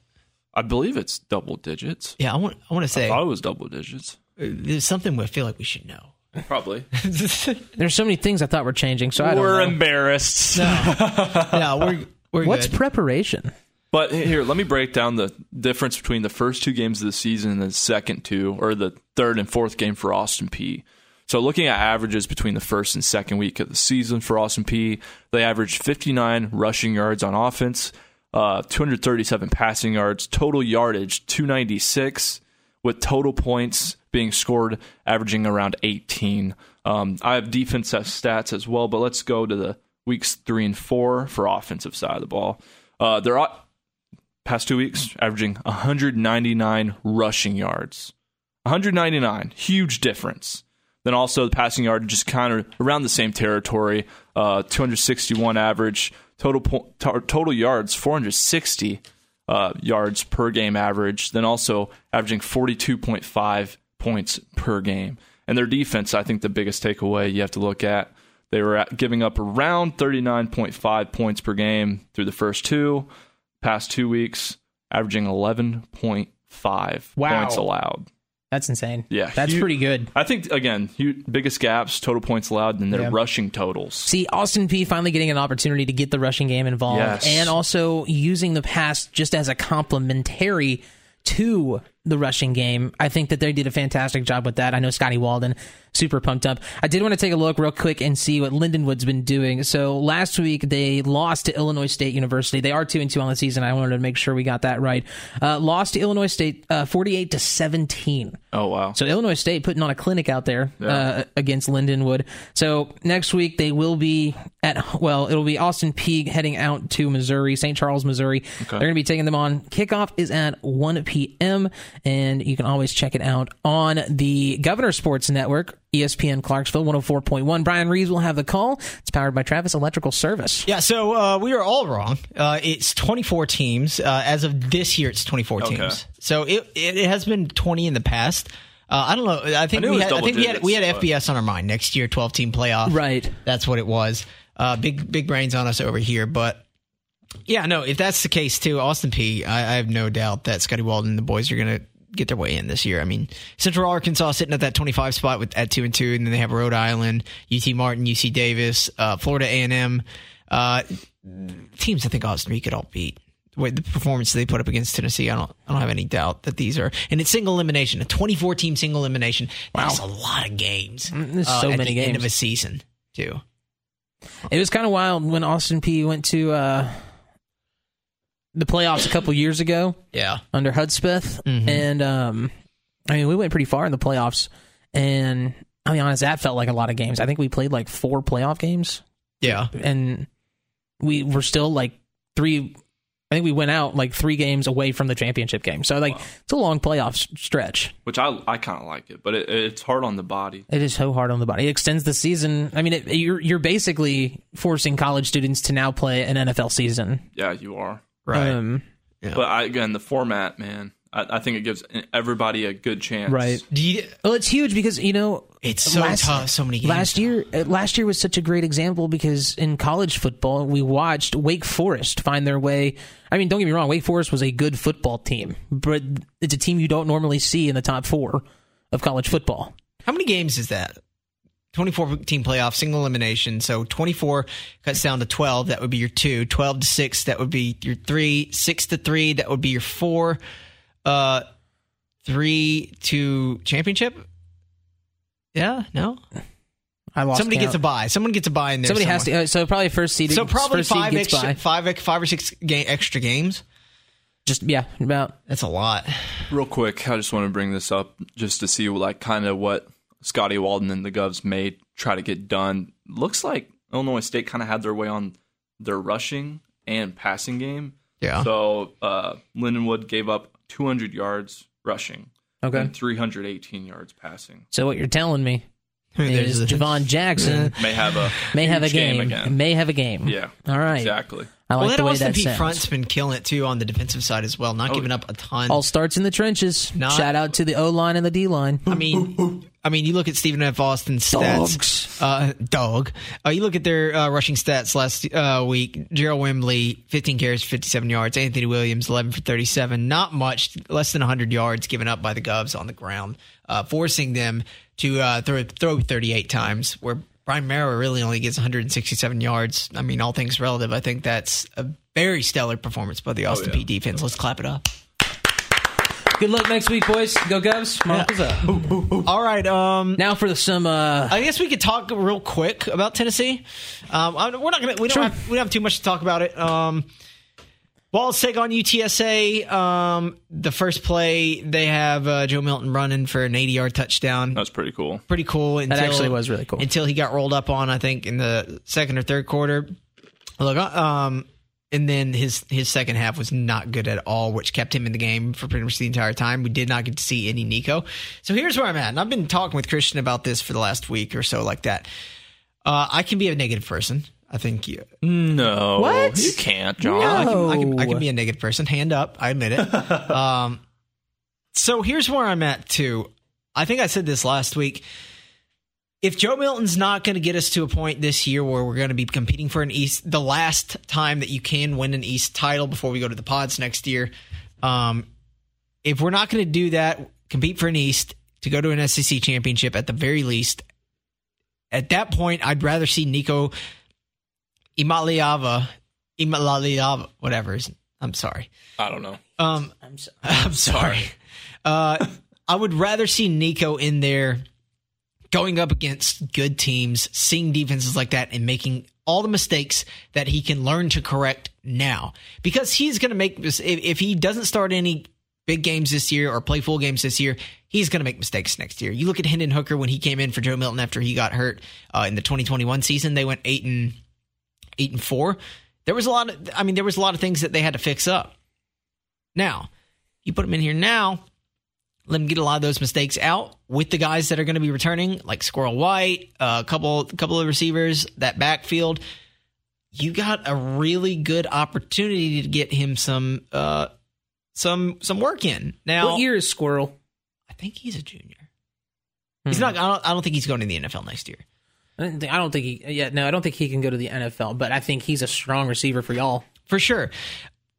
S2: I believe it's double digits.
S1: yeah i want i want to say
S2: I thought it was double digits.
S1: there's something we feel like we should know
S2: Probably.
S3: There's so many things I thought were changing, so *laughs* I don't
S2: We're
S3: know.
S2: embarrassed.
S1: yeah we're we're
S3: What's
S1: good.
S3: preparation?
S2: But here, let me break down the difference between the first two games of the season and the second two, or the third and fourth game for Austin P. So, looking at averages between the first and second week of the season for Austin P, they averaged 59 rushing yards on offense, uh, 237 passing yards, total yardage 296, with total points being scored averaging around 18. Um, I have defense stats as well, but let's go to the weeks three and four for offensive side of the ball. Uh, they're o- past two weeks averaging 199 rushing yards. 199, huge difference. Then also the passing yard just kind of around the same territory, uh, 261 average total po- to- total yards, 460 uh, yards per game average. Then also averaging 42.5 points per game. And their defense, I think, the biggest takeaway you have to look at. They were at giving up around 39.5 points per game through the first two, past two weeks, averaging 11.5
S3: Wow.
S2: points allowed.
S3: That's insane.
S2: Yeah,
S3: That's
S2: you-
S3: pretty good.
S2: I think again, hu biggest gaps, total points allowed, and their
S3: Yeah.
S2: rushing totals.
S3: See, Austin P finally getting an opportunity to get the rushing game involved
S2: Yes.
S3: and also using the pass just as a complementary to the rushing game. I think that they did a fantastic job with that. I know Scotty Walden, super pumped up. I did want to take a look real quick and see what Lindenwood's been doing. So last week they lost to Illinois State University. They are two and two on the season. I wanted to make sure we got that right. Uh, lost to Illinois State uh, forty-eight to seventeen.
S2: Oh wow,
S3: So Illinois State putting on a clinic out there uh, against Lindenwood. So next week they will be at well, it'll be Austin Peay heading out to Missouri, St. Charles, Missouri. They're going to be taking them on. Kickoff is at 1 p.m. and you can always check it out on the Governor Sports Network, E ESPN Clarksville 104.1. Brian Reeves will have the call. It's powered by Travis Electrical Service.
S1: Yeah, so uh, we are all wrong. Uh, it's 24 teams. Uh, as of this year, it's 24
S2: Okay.
S1: teams. So it, it it has been 20 in the past. Uh, I don't know. I think
S2: knew it
S1: we
S2: was
S1: had, I
S2: double
S1: think we had we had
S2: digits, but-
S1: FBS on our mind next year, 12 team playoff.
S3: Right.
S1: That's what it was. Uh, big big brains on us over here, but yeah, no. If that's the case too, Austin P, I, I have no doubt that Scotty Walden and the boys are gonna get their way in this year. I mean, Central Arkansas sitting at that 25 spot with at two and two, and then they have Rhode Island, UT Martin, UC Davis, uh, Florida A&M. Uh, teams I think Austin P could all beat. The way the performance they put up against Tennessee, I don't, I don't have any doubt that these are, and it's single elimination, a 24 team single elimination. That's a lot of games.
S3: Mm,
S1: uh,
S3: there's so
S1: at
S3: many
S1: the end
S3: games.
S1: of a season too.
S3: It was kind of wild when Austin Peay went to uh, the playoffs a couple years ago.
S1: Yeah.
S3: under Hudspeth, and um, I mean we went pretty far in the playoffs. And I'll be honest, that felt like a lot of games. I think we played like four playoff games,
S1: Yeah.
S3: and we were still like three. I think we went out like three games away from the championship game. So like it's a long playoff s- stretch.
S2: which I I kind of like it, but it, it's hard on the body.
S3: It is so hard on the body. It extends the season. I mean, it, you're you're basically forcing college students to now play an NFL season.
S2: Yeah, you are.
S1: Right.
S3: Um,
S2: But I, again, the format, man, I, I think it gives e, everybody a good chance.
S3: Right.
S1: Do you-
S3: well, it's huge because you know
S1: it's so tough. So many games.
S3: Last year, uh, last year was such a great example because in college football, we watched Wake Forest find their way. I mean, don't get me wrong, Wake Forest was a good football team, but it's a team you don't normally see in the top four of college football.
S1: How many games is that? 24 team playoff, single elimination. So 24 cuts down to 12. That would be your two. 12 to six. That would be your three. Six to three. That would be your four. Uh, three to championship. Yeah. No.
S3: I lost.
S1: Somebody
S3: count.
S1: gets a buy. Someone gets a buy in there.
S3: Somebody
S1: somewhere.
S3: has to. Uh, so probably first seed.
S1: So probably
S3: first
S1: five
S3: seed gets
S1: extra,
S3: by.
S1: five, ex- five or six ga- extra games.
S3: Just yeah, about
S1: That's a lot.
S2: Real quick, I just want to bring this up just to see like kind of what Scotty Walden and the Govs may try to get done. Looks like Illinois State kind of had their way on their rushing and passing game.
S1: Yeah.
S2: So uh, Lindenwood gave up 200 yards rushing
S3: okay.
S2: and 318 yards passing.
S3: So what you're telling me
S1: There's
S3: is
S1: the-
S3: Javon
S2: *laughs*
S3: Jackson
S2: May have a
S3: *laughs* may have a
S2: huge
S3: game.
S2: again.
S3: May have a game.
S2: Yeah.
S3: All right.
S2: Exactly.
S3: I like
S1: well, that
S3: the way
S1: Austin
S3: that
S1: Pete
S3: sounds. Oh,
S1: front's been killing it too on the defensive side as well, not giving up a ton.
S3: All starts in the trenches.
S1: Not-
S3: Shout out to the O line and the D line.
S1: I mean, I mean, you look at Stephen F. Austin's
S3: Dogs.
S1: stats. Uh, dog. Uh, you look at their uh, rushing stats last uh, week. Gerald Wembley, 15 carries, 57 yards. Anthony Williams, 11 for 37. Not much, less than 100 yards given up by the Govs on the ground, uh, forcing them to uh, throw, throw 38 times, where Brian Mara really only gets 167 yards. I mean, all things relative. I think that's a very stellar performance by the Austin P defense. Let's clap it up.
S3: Good luck next week, boys. Go Govs. Mark is up.
S1: All right. Um,
S3: Now for the, some. Uh,
S1: I guess we could talk real quick about Tennessee. Um, I- we're not gonna. We don't.
S3: Sure.
S1: Have, we don't have too much to talk about it. Um, Walls take on UTSA. Um, the first play, they have uh, Joe Milton running for an 80 yard touchdown.
S2: That's pretty cool.
S1: Pretty cool. Until,
S3: actually was really cool.
S1: Until he got rolled up on, I think, in the second or third quarter. Look, uh, um, and then his his second half was not good at all, which kept him in the game for pretty much the entire time. We did not get to see any Nico. So here's where I'm at, and I've been talking with Christian about this for the last week or so, like that. Uh, I can be a negative person. I think you,
S2: No,
S3: What?
S2: you can't,
S1: I
S2: John.
S3: No.
S1: can, I, can, I can be a negative person. Hand up. I admit it. um, so here's where I'm at, too. I think I said this last week. If Joe Milton's not going to get us to a point this year where we're going to be competing for an East, the last time that you can win an East title before we go to the pods next year, um, if we're not going to do that, compete for an East to go to an SEC championship at the very least, at that point, I'd rather see Nico Imaliava, Imaliava, whatever. Is, I'm sorry.
S2: I don't know.
S1: Um,
S3: I'm so-
S1: *laughs* I'm sorry. Uh, I would rather see Nico in there going up against good teams, seeing defenses like that, and making all the mistakes that he can learn to correct now. Because he's going to make mis- if, if he doesn't start any big games this year or play full games this year, he's going to make mistakes next year. You look at Hendon Hooker when he came in for Joe Milton after he got hurt uh, in the 2021 season. They went eight and eight and four. There was a lot of I mean there was a lot of things that they had to fix up. Now, you put him in here now, let him get a lot of those mistakes out with the guys that are going to be returning, like Squirrel White, uh, a couple couple of receivers, that backfield. You got a really good opportunity to get him some uh some some work in. Now
S3: what year is Squirrel?
S1: I think he's a junior.
S3: Hmm.
S1: He's not I don't, I don't think he's going to the NFL next year.
S3: I don't think- I don't think he. Yeah, no, I don't think he can go to the NFL. But I think he's a strong receiver for y'all.
S1: for sure.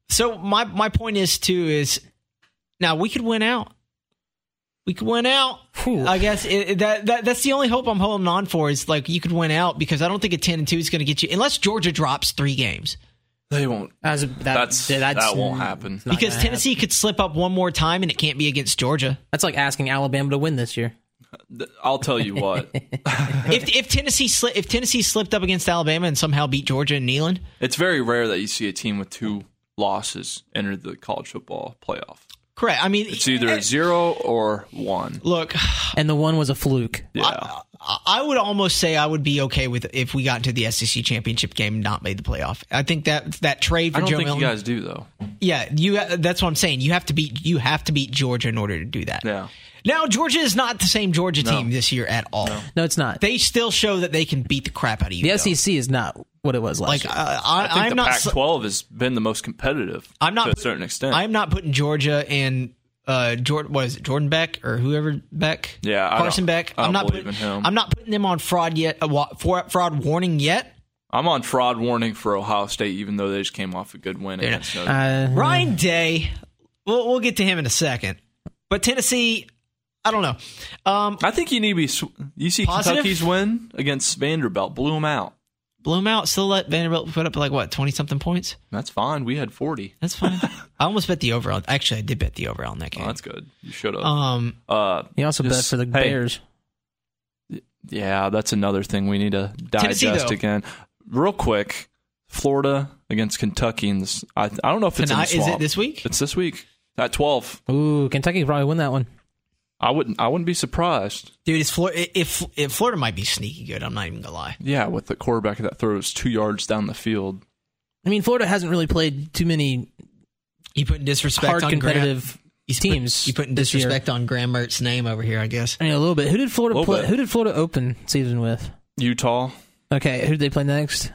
S1: So my my point is too is now we could win out. We could win out.
S3: Whew.
S1: I guess it, it- that, that that's the only hope I'm holding on for is like you could win out because I don't think a ten and two is going to get you unless Georgia drops three games
S2: They won't.
S3: As a- that,
S2: That's,
S3: that's-
S2: that won't happen.
S3: not
S1: because
S3: gonna happen.
S1: Tennessee could slip up one more time and it can't be against
S3: *laughs*
S1: Georgia.
S3: That's like asking Alabama to win this year.
S2: Th- I'll tell
S3: *laughs*
S2: you what.
S1: if if Tennessee sli- if Tennessee slipped up against Alabama and somehow beat Georgia and Neyland,
S2: it's very rare that you see a team with two losses enter the college football playoff.
S1: correct? I mean,
S2: It's either zero or one.
S1: look.
S3: And the one was a fluke.
S2: Yeah.
S1: I I would almost say I would be okay with if we got into the SEC championship game and not made the playoff. I think that that trade for
S2: I don't
S1: Joe
S2: think
S1: Milton,
S2: you guys do though.
S1: yeah, you. That's what I'm saying. You have to beat you have to beat Georgia in order to do that.
S2: Yeah.
S1: Now Georgia is not the same Georgia team this year at all.
S3: No, it's not.
S1: They still show that they can beat the crap out of you.
S3: the E
S1: though.
S3: SEC is not what it was last
S1: like
S3: year.
S1: uh,
S2: I think
S1: I,
S2: the
S1: I'm not. sl-
S2: Pac-12 has been the most competitive.
S1: I'm not
S2: to a certain extent.
S1: I'm not putting Georgia and uh, Jordan was it Jordan Beck or whoever Beck?
S2: Yeah, I don't-
S1: Carson Beck.
S2: I don't
S1: am not
S2: believe
S1: putting
S2: in him.
S1: I'm not putting them on fraud yet. Uh, wa- for- fraud warning yet.
S2: I'm on fraud warning for Ohio State, even though they just came off a good win against Notre Dame.
S3: Uh,
S1: Ryan Day, we'll, we'll get to him in a second. But Tennessee, I don't know. Um,
S2: I think you need to be. Sw- you see
S1: Positive?
S2: Kentucky's win against Vanderbilt blew them out.
S1: blew him out, still let Vanderbilt put up like what twenty something points.
S2: That's fine. We had 40.
S1: That's
S3: *laughs*
S1: fine. I almost bet the over. On, actually, I did bet the over on that
S2: Oh,
S1: game.
S2: that's good. You should have.
S1: Um,
S2: uh,
S3: he also bet
S2: just-
S3: for the
S2: hey,
S3: Bears.
S2: Yeah, that's another thing we need to
S1: Tennessee,
S2: digest
S1: though.
S2: again. Real quick, Florida against Kentucky. In this, I, I don't know if it's
S1: tonight
S2: in the
S1: is it
S2: swamp.
S1: this week?
S2: It's this week at 12.
S3: Ooh, Kentucky could probably win that one.
S2: I wouldn't. I wouldn't be surprised.
S1: Dude, it's Flor- if, if Florida might be sneaky good. I'm not even gonna lie.
S2: Yeah, with the quarterback that throws two yards down the field.
S3: I mean, Florida hasn't really played too many
S1: You putting disrespect
S3: hard
S1: on Graham.
S3: competitive
S1: He's put-
S3: teams.
S1: you putting
S3: this year.
S1: disrespect on Graham Mertz's name over here, I guess.
S3: I mean, a little bit. Who did Florida
S2: Little
S3: play?
S2: bit.
S3: Who did Florida open season with?
S2: Utah.
S3: Okay, who did they play next?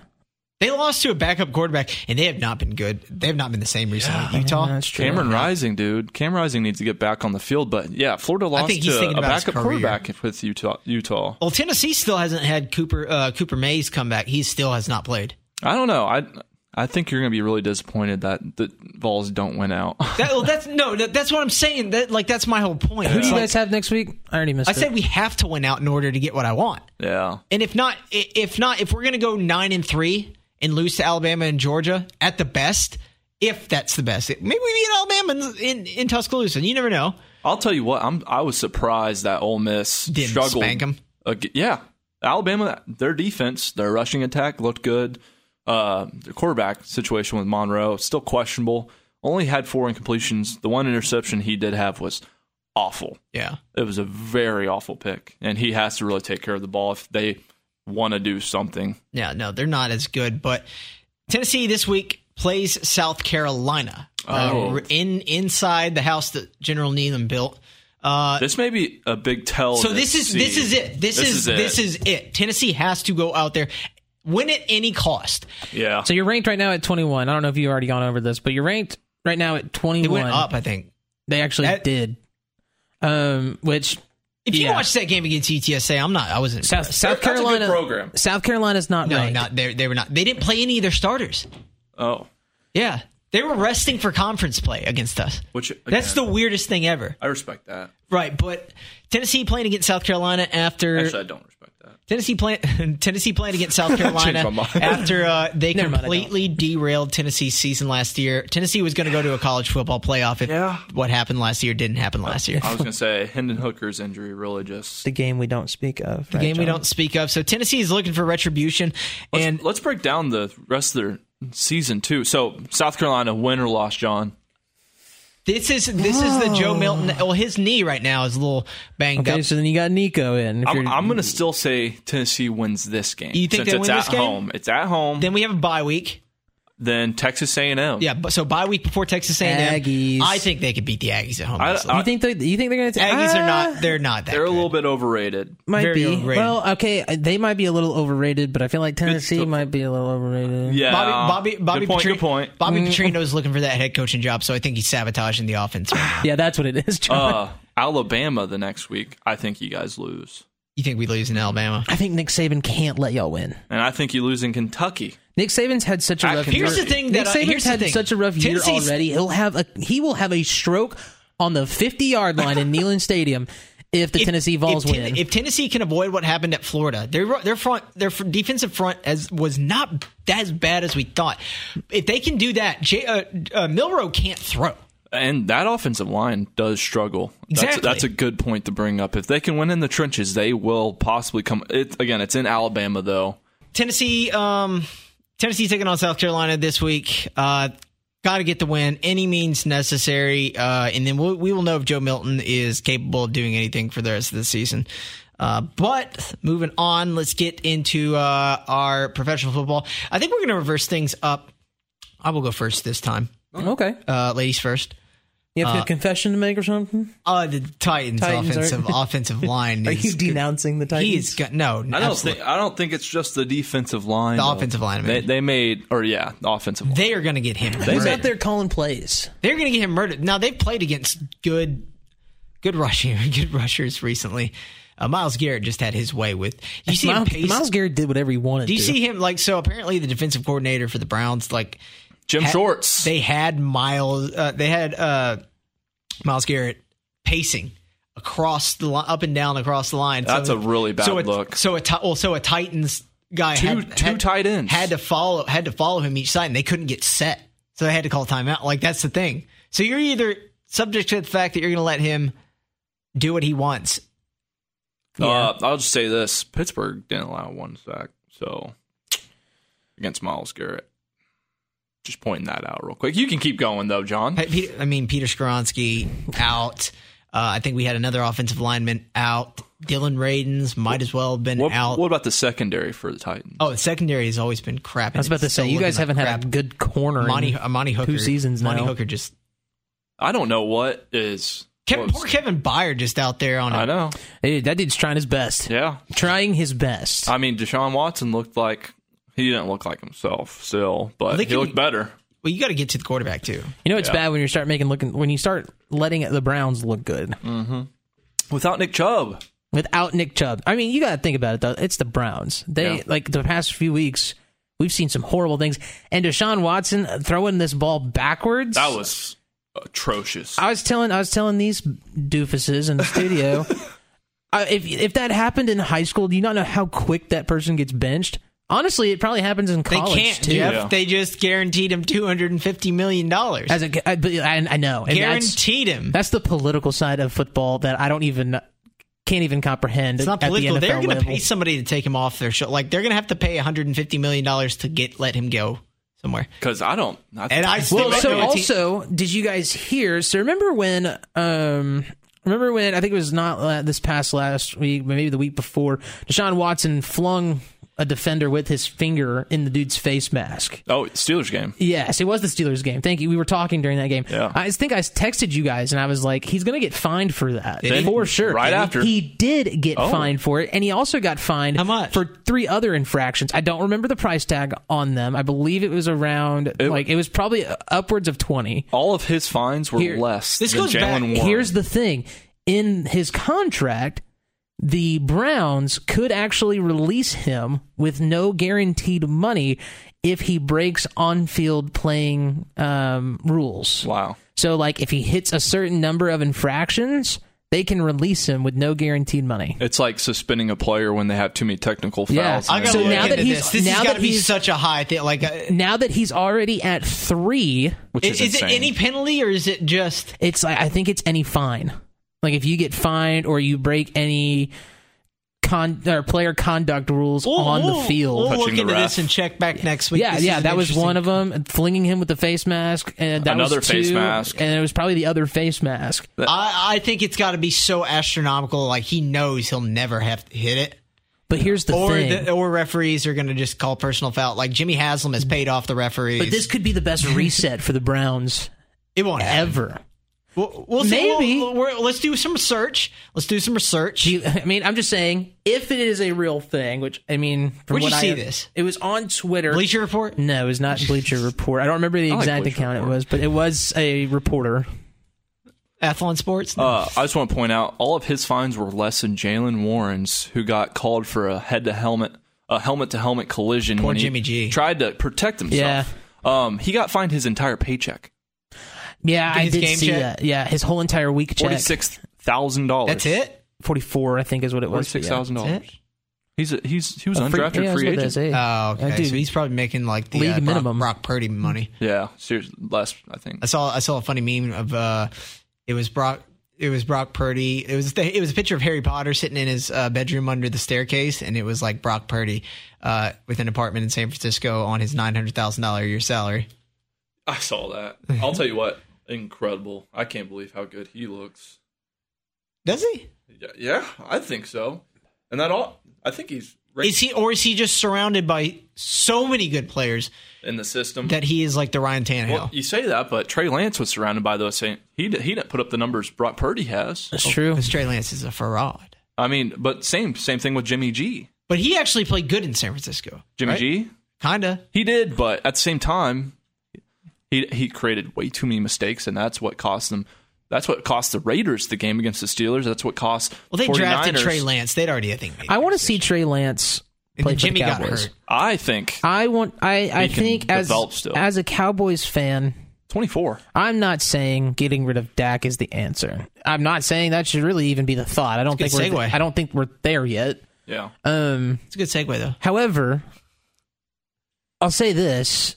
S1: They lost to a backup quarterback, and they have not been good. They have not been the same recently. Utah.
S3: Yeah, that's true.
S2: Cameron Rising, dude. Cameron Rising needs to get back on the field, but yeah, Florida lost
S1: think he's
S2: to
S1: thinking
S2: a
S1: about his
S2: backup
S1: career.
S2: quarterback with Utah. Utah.
S1: Well, Tennessee still hasn't had Cooper uh, Cooper Mays come back. He still has not played.
S2: I don't know. I I think you're gonna be really disappointed that the Vols don't win out. *laughs*
S1: That, well, that's no. That, that's what I'm saying. That like that's my whole point.
S3: Who do you
S1: It's
S3: guys
S1: like,
S3: have next week? I already missed.
S1: I said
S3: it.
S1: we have to win out in order to get what I want.
S2: yeah,
S1: And if not, i- if not, if we're gonna go nine and three and lose to Alabama and Georgia at the best, if that's the best, maybe we beat Alabama in in, in Tuscaloosa. You never know.
S2: I'll tell you what. I'm I was surprised that Ole Miss
S1: Didn't
S2: struggled.
S1: spank 'em.
S2: Ag- yeah, Alabama. Their defense, their rushing attack looked good. Uh, the quarterback situation with Monroe still questionable. Only had four incompletions. The one interception he did have was awful.
S1: Yeah.
S2: It was a very awful pick, and he has to really take care of the ball if they want to do something.
S1: Yeah, no, they're not as good. But Tennessee this week plays South Carolina uh,
S2: Oh.
S1: in inside the house that General Nealon built. Uh,
S2: This may be a big tell.
S1: so
S2: to
S1: this is
S2: see.
S1: this is it. This, is, this is it. Tennessee has to go out there, win at any cost.
S2: yeah.
S3: So you're ranked right now at 21. I don't know if you've already gone over this, but you're ranked right now at 21.
S1: It went up, I think.
S3: They actually
S1: That-
S3: did. Um, which
S1: If you
S3: Yeah.
S1: watched that game against UTSA, I'm not. I wasn't.
S3: South, South
S2: That's a good
S3: Carolina
S2: program.
S3: South Carolina's not
S1: no,
S3: ranked.
S1: not they. They were not. They didn't play any of their starters.
S2: Oh,
S1: Yeah, they were resting for conference play against us.
S2: which again,
S1: That's the weirdest thing ever.
S2: I respect that.
S1: Right, but Tennessee playing against South Carolina after
S2: Actually, I don't respect that.
S1: Tennessee playing *laughs* Tennessee playing against
S2: *laughs*
S1: South Carolina
S2: my mind.
S1: after uh, they
S3: Never mind, I don't.
S1: completely derailed Tennessee's season last year. Tennessee was going to go to a college football playoff if
S2: Yeah.
S1: what happened last year didn't happen last year.
S2: I was gonna say Hendon Hooker's injury really just.
S3: the game we don't speak of.
S1: The game we don't speak of. So Tennessee is looking for retribution, and
S2: Let's break down the rest of their season too. So South Carolina win or loss, John.
S1: this is this is the Joe Milton. Well, his knee right now is a little banged
S3: Okay,
S1: up.
S3: so then you got Nico in. If
S2: I'm,
S3: you're-
S2: I'm gonna still say Tennessee wins this game.
S1: You think
S2: Since
S1: they
S2: it's
S1: win
S2: at
S1: this game?
S2: home? It's at home. Then,
S1: Then we have a bye week.
S2: Texas A&M.
S1: Yeah, but so bye week before Texas A&M.
S3: Aggies.
S1: I think they could beat the Aggies at home.
S2: I-
S1: easily.
S2: I-
S3: you think they? You think they're gonna? T-
S1: Aggies are
S3: Ah,
S1: not. They're not that.
S2: they're a
S1: good.
S2: little bit overrated.
S3: Might
S1: very
S3: be.
S1: overrated.
S3: Well, okay, uh, they might be a little overrated, but I feel like Tennessee
S2: stuff.
S3: might be a little overrated.
S2: Yeah,
S1: Bobby Bobby Bobby
S2: Um, good point.
S1: Petri-
S2: Good point.
S3: Mm-hmm.
S1: Bobby Petrino's looking for that head coaching job, so I think he's sabotaging the offense. right now.
S3: yeah, that's what it is. John.
S2: Uh, Alabama the next week. I think you guys lose,
S1: you think we lose in Alabama?
S3: I think Nick Saban can't let y'all win.
S2: and I think you lose in Kentucky.
S3: Nick Saban's had such a
S2: I-
S3: rough.
S2: here's
S3: year.
S2: the
S1: thing
S3: Nick
S1: that I-
S3: Saban's
S1: here's the
S3: had
S1: thing.
S3: such a rough year
S1: Tennessee's-
S3: already. He'll have a he will have a stroke on the fifty yard line in Neyland Stadium if the Tennessee Vols
S1: if, Ten-
S3: win.
S1: if Tennessee can avoid what happened at Florida, their their front their fr- defensive front as was not as bad as we thought. If they can do that, J, uh, uh, Milrow can't throw.
S2: And that offensive line does struggle.
S1: Exactly.
S2: That's, that's a good point to bring up. If they can win in the trenches, they will possibly come. It, again, it's in Alabama, though.
S1: Tennessee, um, Tennessee taking on South Carolina this week. Uh, Got to get the win, any means necessary, uh, and then we'll, we will know if Joe Milton is capable of doing anything for the rest of the season. Uh, but moving on, let's get into uh, our professional football. I think we're going to reverse things up. I will go first this time,
S3: Oh, okay,
S1: uh, ladies first.
S3: you have a confession to make or something.
S1: Uh, the Titans,
S3: Titans are-
S1: offensive offensive line.
S3: *laughs* Are
S1: is
S3: you denouncing the Titans?
S1: He is go- no.
S2: I don't think. I don't think it's just the defensive line.
S1: The
S2: though.
S1: offensive line, I
S2: They,
S1: mean.
S2: they made, or yeah, the offensive line.
S1: They are going to get him.
S3: He's
S1: murdered.
S3: out there calling plays.
S1: They're going to get him murdered. Now they've played against good, good rushing, *laughs* good rushers recently. Uh, Miles Garrett just had his way with. You see him
S3: Miles,
S1: pace.
S3: Miles Garrett did whatever he wanted.
S1: do you
S3: to.
S1: see him like so? Apparently, the defensive coordinator for the Browns, like
S2: Jim Shorts.
S1: they had Miles, uh, they had uh, Miles Garrett pacing across the li- up and down across the line.
S2: That's a really bad
S1: so a,
S2: look.
S1: So a ti- well, so a Titans guy
S2: Two-
S1: had,
S2: two
S1: had-
S2: tight ends.
S1: had to follow had to follow him each side, and they couldn't get set, so they had to call timeout. Like that's the thing. So you're either subject to the fact that you're going to let him do what he wants.
S2: Uh, I'll just say this: Pittsburgh didn't allow one sack, so against Miles Garrett. Just pointing that out real quick. You can keep going though, John.
S1: Pe- Peter, I mean, Peter Skoronsky out. Uh, I think we had another offensive lineman out. Dylan Radens might as well have been
S2: what,
S1: out.
S2: what about the secondary for the Titans?
S1: Oh, the secondary has always been crap.
S3: I was about to say you guys haven't had a good corner. in-
S1: Monty, uh, Monty Hooker.
S3: seasons
S1: Monty
S3: now.
S1: Hooker just
S2: I don't know what is.
S1: Kevin,
S2: what
S1: poor Kevin Byer just out there on
S2: I
S1: a
S2: know.
S3: Hey, that dude's trying his best.
S2: Yeah.
S3: Trying his best.
S2: I mean, Deshaun Watson looked like he didn't look like himself still, but
S1: They
S2: he
S1: can-
S2: looked better.
S1: Well, you got to get to the quarterback too.
S3: you know it's bad when you start making looking when you start letting the Browns look good
S2: Without Nick Chubb,
S3: without Nick Chubb. I mean, you got to think about it though. It's the Browns. They
S2: Yeah.
S3: like the past few weeks we've seen some horrible things. And Deshaun Watson throwing this ball backwards.
S2: that was atrocious.
S3: I was telling I was telling these doofuses in the
S2: *laughs*
S3: studio. I if if that happened in high school, do you not know how quick that person gets benched? Honestly, it probably happens in
S1: They
S3: college
S1: can't.
S3: too.
S1: Jeff.
S2: Yeah.
S1: They just guaranteed him two hundred and fifty million dollars.
S3: As a, I, but I, I know, and that's-
S1: Guaranteed him.
S3: That's the political side of football that I don't even can't even comprehend.
S1: It's not
S3: at
S1: political.
S3: The NFL
S1: they're going to
S3: level.
S1: pay somebody to take him off their show. Like they're going to have to pay 150 million dollars to get let him go somewhere.
S2: Because I don't. I,
S1: And I still
S3: Well,
S1: don't
S3: so
S1: know a team-
S3: also, did you guys hear? So remember when? Um, remember when? I think it was not la- this past last week, but maybe the week before. Deshaun Watson flung a defender with his finger in the dude's face mask.
S2: oh, Steelers game.
S3: Yes, it was the Steelers game. Thank you. We were talking during that game.
S2: Yeah.
S3: I think I texted you guys and I was like, he's going to get fined for that.
S2: he?
S3: for sure.
S2: Right
S3: And he-
S2: after.
S3: He did get
S2: Oh.
S3: fined for it. And he also got fined
S1: How much?
S3: for three other infractions. I don't remember the price tag on them. I believe it was around, like, it was probably upwards of 20.
S2: All of his fines were
S3: Here-
S2: less
S1: This
S2: than
S1: goes back-
S2: Jalen Warren.
S3: Here's the thing in his contract, the Browns could actually release him with no guaranteed money if he breaks on field playing um, rules.
S2: wow.
S3: So, like, if he hits a certain number of infractions, they can release him with no guaranteed money.
S2: It's like suspending a player when they have too many technical fouls.
S3: Yeah.
S2: in
S1: I gotta
S2: the
S3: So
S1: look
S2: game.
S3: now
S1: into
S3: that he's-
S1: this, this
S3: now
S1: has got
S3: that
S1: to be
S3: he's-
S1: such a high thing. Like, uh,
S3: Now that he's already at three,
S2: which
S1: is,
S2: is,
S1: is it
S2: insane.
S1: any penalty or is it just?
S3: it's like I think it's any fine. Like if you get fined or you break any con or player conduct rules
S1: We'll-
S3: on the
S1: we'll-
S3: field.
S1: we'll
S2: Touching
S1: look
S2: the
S1: into
S2: ref.
S1: this and check back next week.
S3: yeah,
S1: This
S3: yeah,
S1: is
S3: that
S1: an
S3: was one
S1: interesting-
S3: of them. Flinging him with the face mask, and that
S2: Another
S3: was
S2: face
S3: two,
S2: mask.
S3: and it was probably the other face mask.
S1: I, I think it's got to be so astronomical. Like he knows he'll never have to hit it.
S3: But here's the
S1: or
S3: thing:
S1: the, or referees are going to just call personal foul. Like Jimmy Haslam has paid off the referees.
S3: but this could be the best reset for the Browns
S1: it won't happen.
S3: ever.
S1: We'll, we'll see.
S3: Maybe.
S1: We'll- we're- let's do some research. Let's do some research.
S3: Do you- *laughs* I mean, I'm just saying, if it is a real thing, which I mean, from
S1: Where'd you
S3: what I-
S1: see this?
S3: It was on Twitter.
S1: Bleacher Report.
S3: No, it was not
S1: *laughs*
S3: Bleacher Report. I don't remember the
S2: like
S3: exact
S2: Bleacher
S3: account
S2: Report.
S3: it was, but it was a reporter.
S1: Athlon Sports.
S3: Oh,
S2: Uh, I just want to point out all of his fines were less than Jalen Warren's, who got called for a head to helmet, a helmet to helmet collision when he
S1: Jimmy G.
S2: tried to protect himself. Um, he got fined his entire paycheck,
S3: Yeah, I
S1: his
S3: did
S1: game
S3: see
S1: check?
S3: that. Yeah, his whole entire week check.
S2: forty six thousand dollars.
S1: That's it.
S3: 44, I think is what it
S2: Forty
S3: was. but
S2: six
S3: yeah.
S2: thousand
S1: That's
S2: dollars.
S1: it?
S2: He's a, he's he was
S3: A free-
S2: undrafted
S3: yeah,
S2: free
S3: that's what it is,
S2: agent.
S3: eh?
S1: Oh,
S3: That
S1: okay.
S3: dude-
S1: So he's probably making like the
S3: League
S1: uh, Brock-
S3: minimum.
S1: Brock Purdy money.
S2: Yeah, seriously, less I think.
S1: I saw I saw a funny meme of uh, it was Brock it was Brock Purdy. It was the, it was a picture of Harry Potter sitting in his uh, bedroom under the staircase, and it was like Brock Purdy uh, with an apartment in San Francisco on his nine hundred thousand dollar a year salary.
S2: I saw
S1: *laughs*
S2: that. I'll tell you what, incredible! I can't believe how good he looks.
S1: Does he?
S2: Yeah, yeah I think so. And that all, I think he's
S1: Is he or is he just surrounded by so many good players
S2: in the system.
S1: that he is like the Ryan Tannehill?
S2: Well, you say that, but Trey Lance was surrounded by those same. He di- he didn't put up the numbers Brock Purdy has.
S3: That's true.
S1: Because Trey Lance is a fraud,
S2: I mean, but same same thing with Jimmy G.
S1: but he actually played good in San Francisco.
S2: Jimmy
S1: right?
S2: G.
S1: kinda.
S2: He did, but at the same time, he he created way too many mistakes, and that's what cost them. That's what cost the Raiders the game against the Steelers. That's what cost.
S1: Well, they
S2: 49ers.
S1: drafted Trey Lance. They'd already, I think. made
S3: I
S1: the
S3: want to
S1: decision.
S3: see Trey Lance
S1: And
S3: play
S1: then Jimmy
S3: for the
S1: got
S3: Cowboys.
S1: hurt.
S2: I think
S3: I want. I I
S2: He can
S3: think as
S2: develop still.
S3: as a Cowboys fan,
S2: twenty four.
S3: I'm not saying getting rid of Dak is the answer. I'm not saying that should really even be the thought. I don't
S1: It's a
S3: think
S1: good
S3: we're.
S1: segue.
S3: I don't think we're there yet.
S2: Yeah,
S3: Um.
S1: It's a good segue though.
S3: However, I'll say this: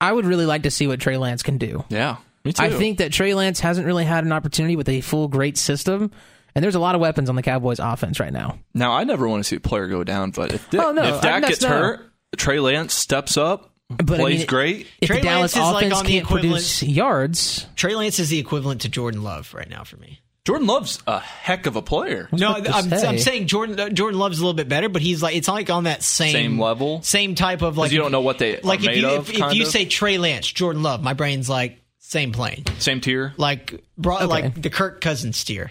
S3: I would really like to see what Trey Lance can do.
S2: yeah. Me too.
S3: I think that Trey Lance hasn't really had an opportunity with a full great system, and there's a lot of weapons on the Cowboys' offense right now.
S2: now I never want to see a player go down, but if Dak,
S3: Oh, no,
S2: if
S3: I mean,
S2: Dak
S3: that's
S2: gets
S3: not-
S2: hurt, Trey Lance steps up,
S3: But I
S2: plays
S3: mean,
S2: great.
S3: If
S1: Trey
S3: the Dallas
S1: Lance is, like,
S3: offense
S1: on the
S3: can't
S1: equivalent-
S3: produce yards,
S1: Trey Lance is the equivalent to Jordan Love right now for me.
S2: Jordan Love's a heck of a player.
S1: No,
S3: about to
S1: I'm,
S3: say.
S1: I'm saying Jordan uh, Jordan Love's a little bit better, but he's like it's like on that same
S2: Same level?
S1: same type of like
S2: you don't know what they are
S1: like if
S2: made
S1: you
S2: of,
S1: if, if
S2: kind
S1: you
S2: of?
S1: say Trey Lance, Jordan Love, my brain's like same plane,
S2: Same tier.
S1: like bro, like the Kirk Cousins tier.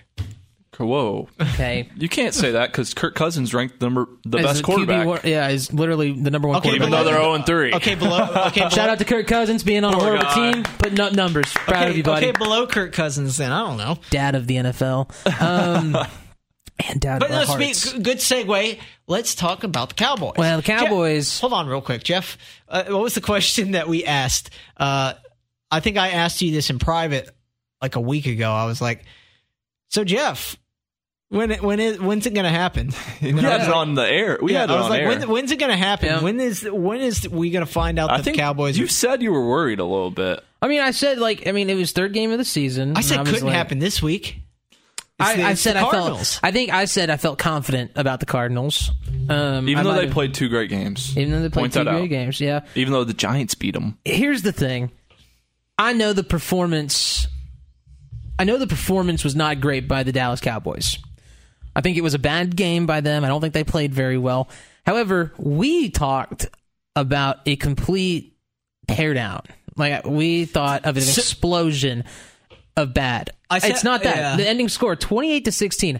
S2: Whoa.
S3: okay.
S2: You can't say that because Kirk Cousins ranked the number the
S3: As a
S2: best
S3: QB
S2: quarterback. *laughs*
S3: war- yeah, is literally the number one
S1: Okay,
S3: quarterback.
S2: even though they're 0 and 3.
S1: Okay, below okay, below,
S3: Shout out to Kirk Cousins being on a
S2: Poor
S3: horrible
S2: guy.
S3: team, putting up numbers. Proud of
S1: okay,
S3: you, buddy.
S1: okay, below Kirk Cousins. Then I don't know,
S3: Dad of the NFL.
S2: *laughs*
S3: Um, and dad
S1: but
S3: of our
S1: no,
S3: hearts.
S1: speak, good segue. Let's talk about the Cowboys.
S3: Well, the
S1: Jeff-
S3: Cowboys-
S1: hold on, real quick, Jeff. Uh, what was the question that we asked? Uh, I think I asked you this in private like a week ago. I was like, "So, Jeff, when it, when it, when's it going to happen?"
S2: We had it on the air. We had it
S1: I was
S2: on
S1: like,
S2: air.
S1: when, "When's it going to happen?
S3: Yeah.
S1: When is when is we going to find out
S2: I
S1: that
S2: think
S1: the Cowboys?"
S2: You
S1: Are,
S2: said you were worried a little bit.
S3: I mean, I said like, I mean, it was third game of the season.
S1: I
S3: and
S1: said
S3: was
S1: couldn't
S3: like-
S1: happen this week.
S3: I,
S1: the-
S3: I
S1: it's
S3: said
S1: the
S3: I
S1: Cardinals.
S3: felt. I think I said I felt confident about the Cardinals. Um, I
S2: Even though
S3: might
S2: they
S3: have-
S2: played two great games.
S3: even though they played
S2: Point
S3: two
S2: that
S3: great
S2: out.
S3: games, yeah.
S2: Even though the Giants beat them.
S3: here's the thing i know the performance i know the performance was not great by the dallas cowboys i think it was a bad game by them i don't think they played very well however we talked about a complete teardown like we thought of an
S1: So-
S3: explosion of bad
S1: I said-
S3: it's not that
S1: yeah.
S3: the ending score 28 to 16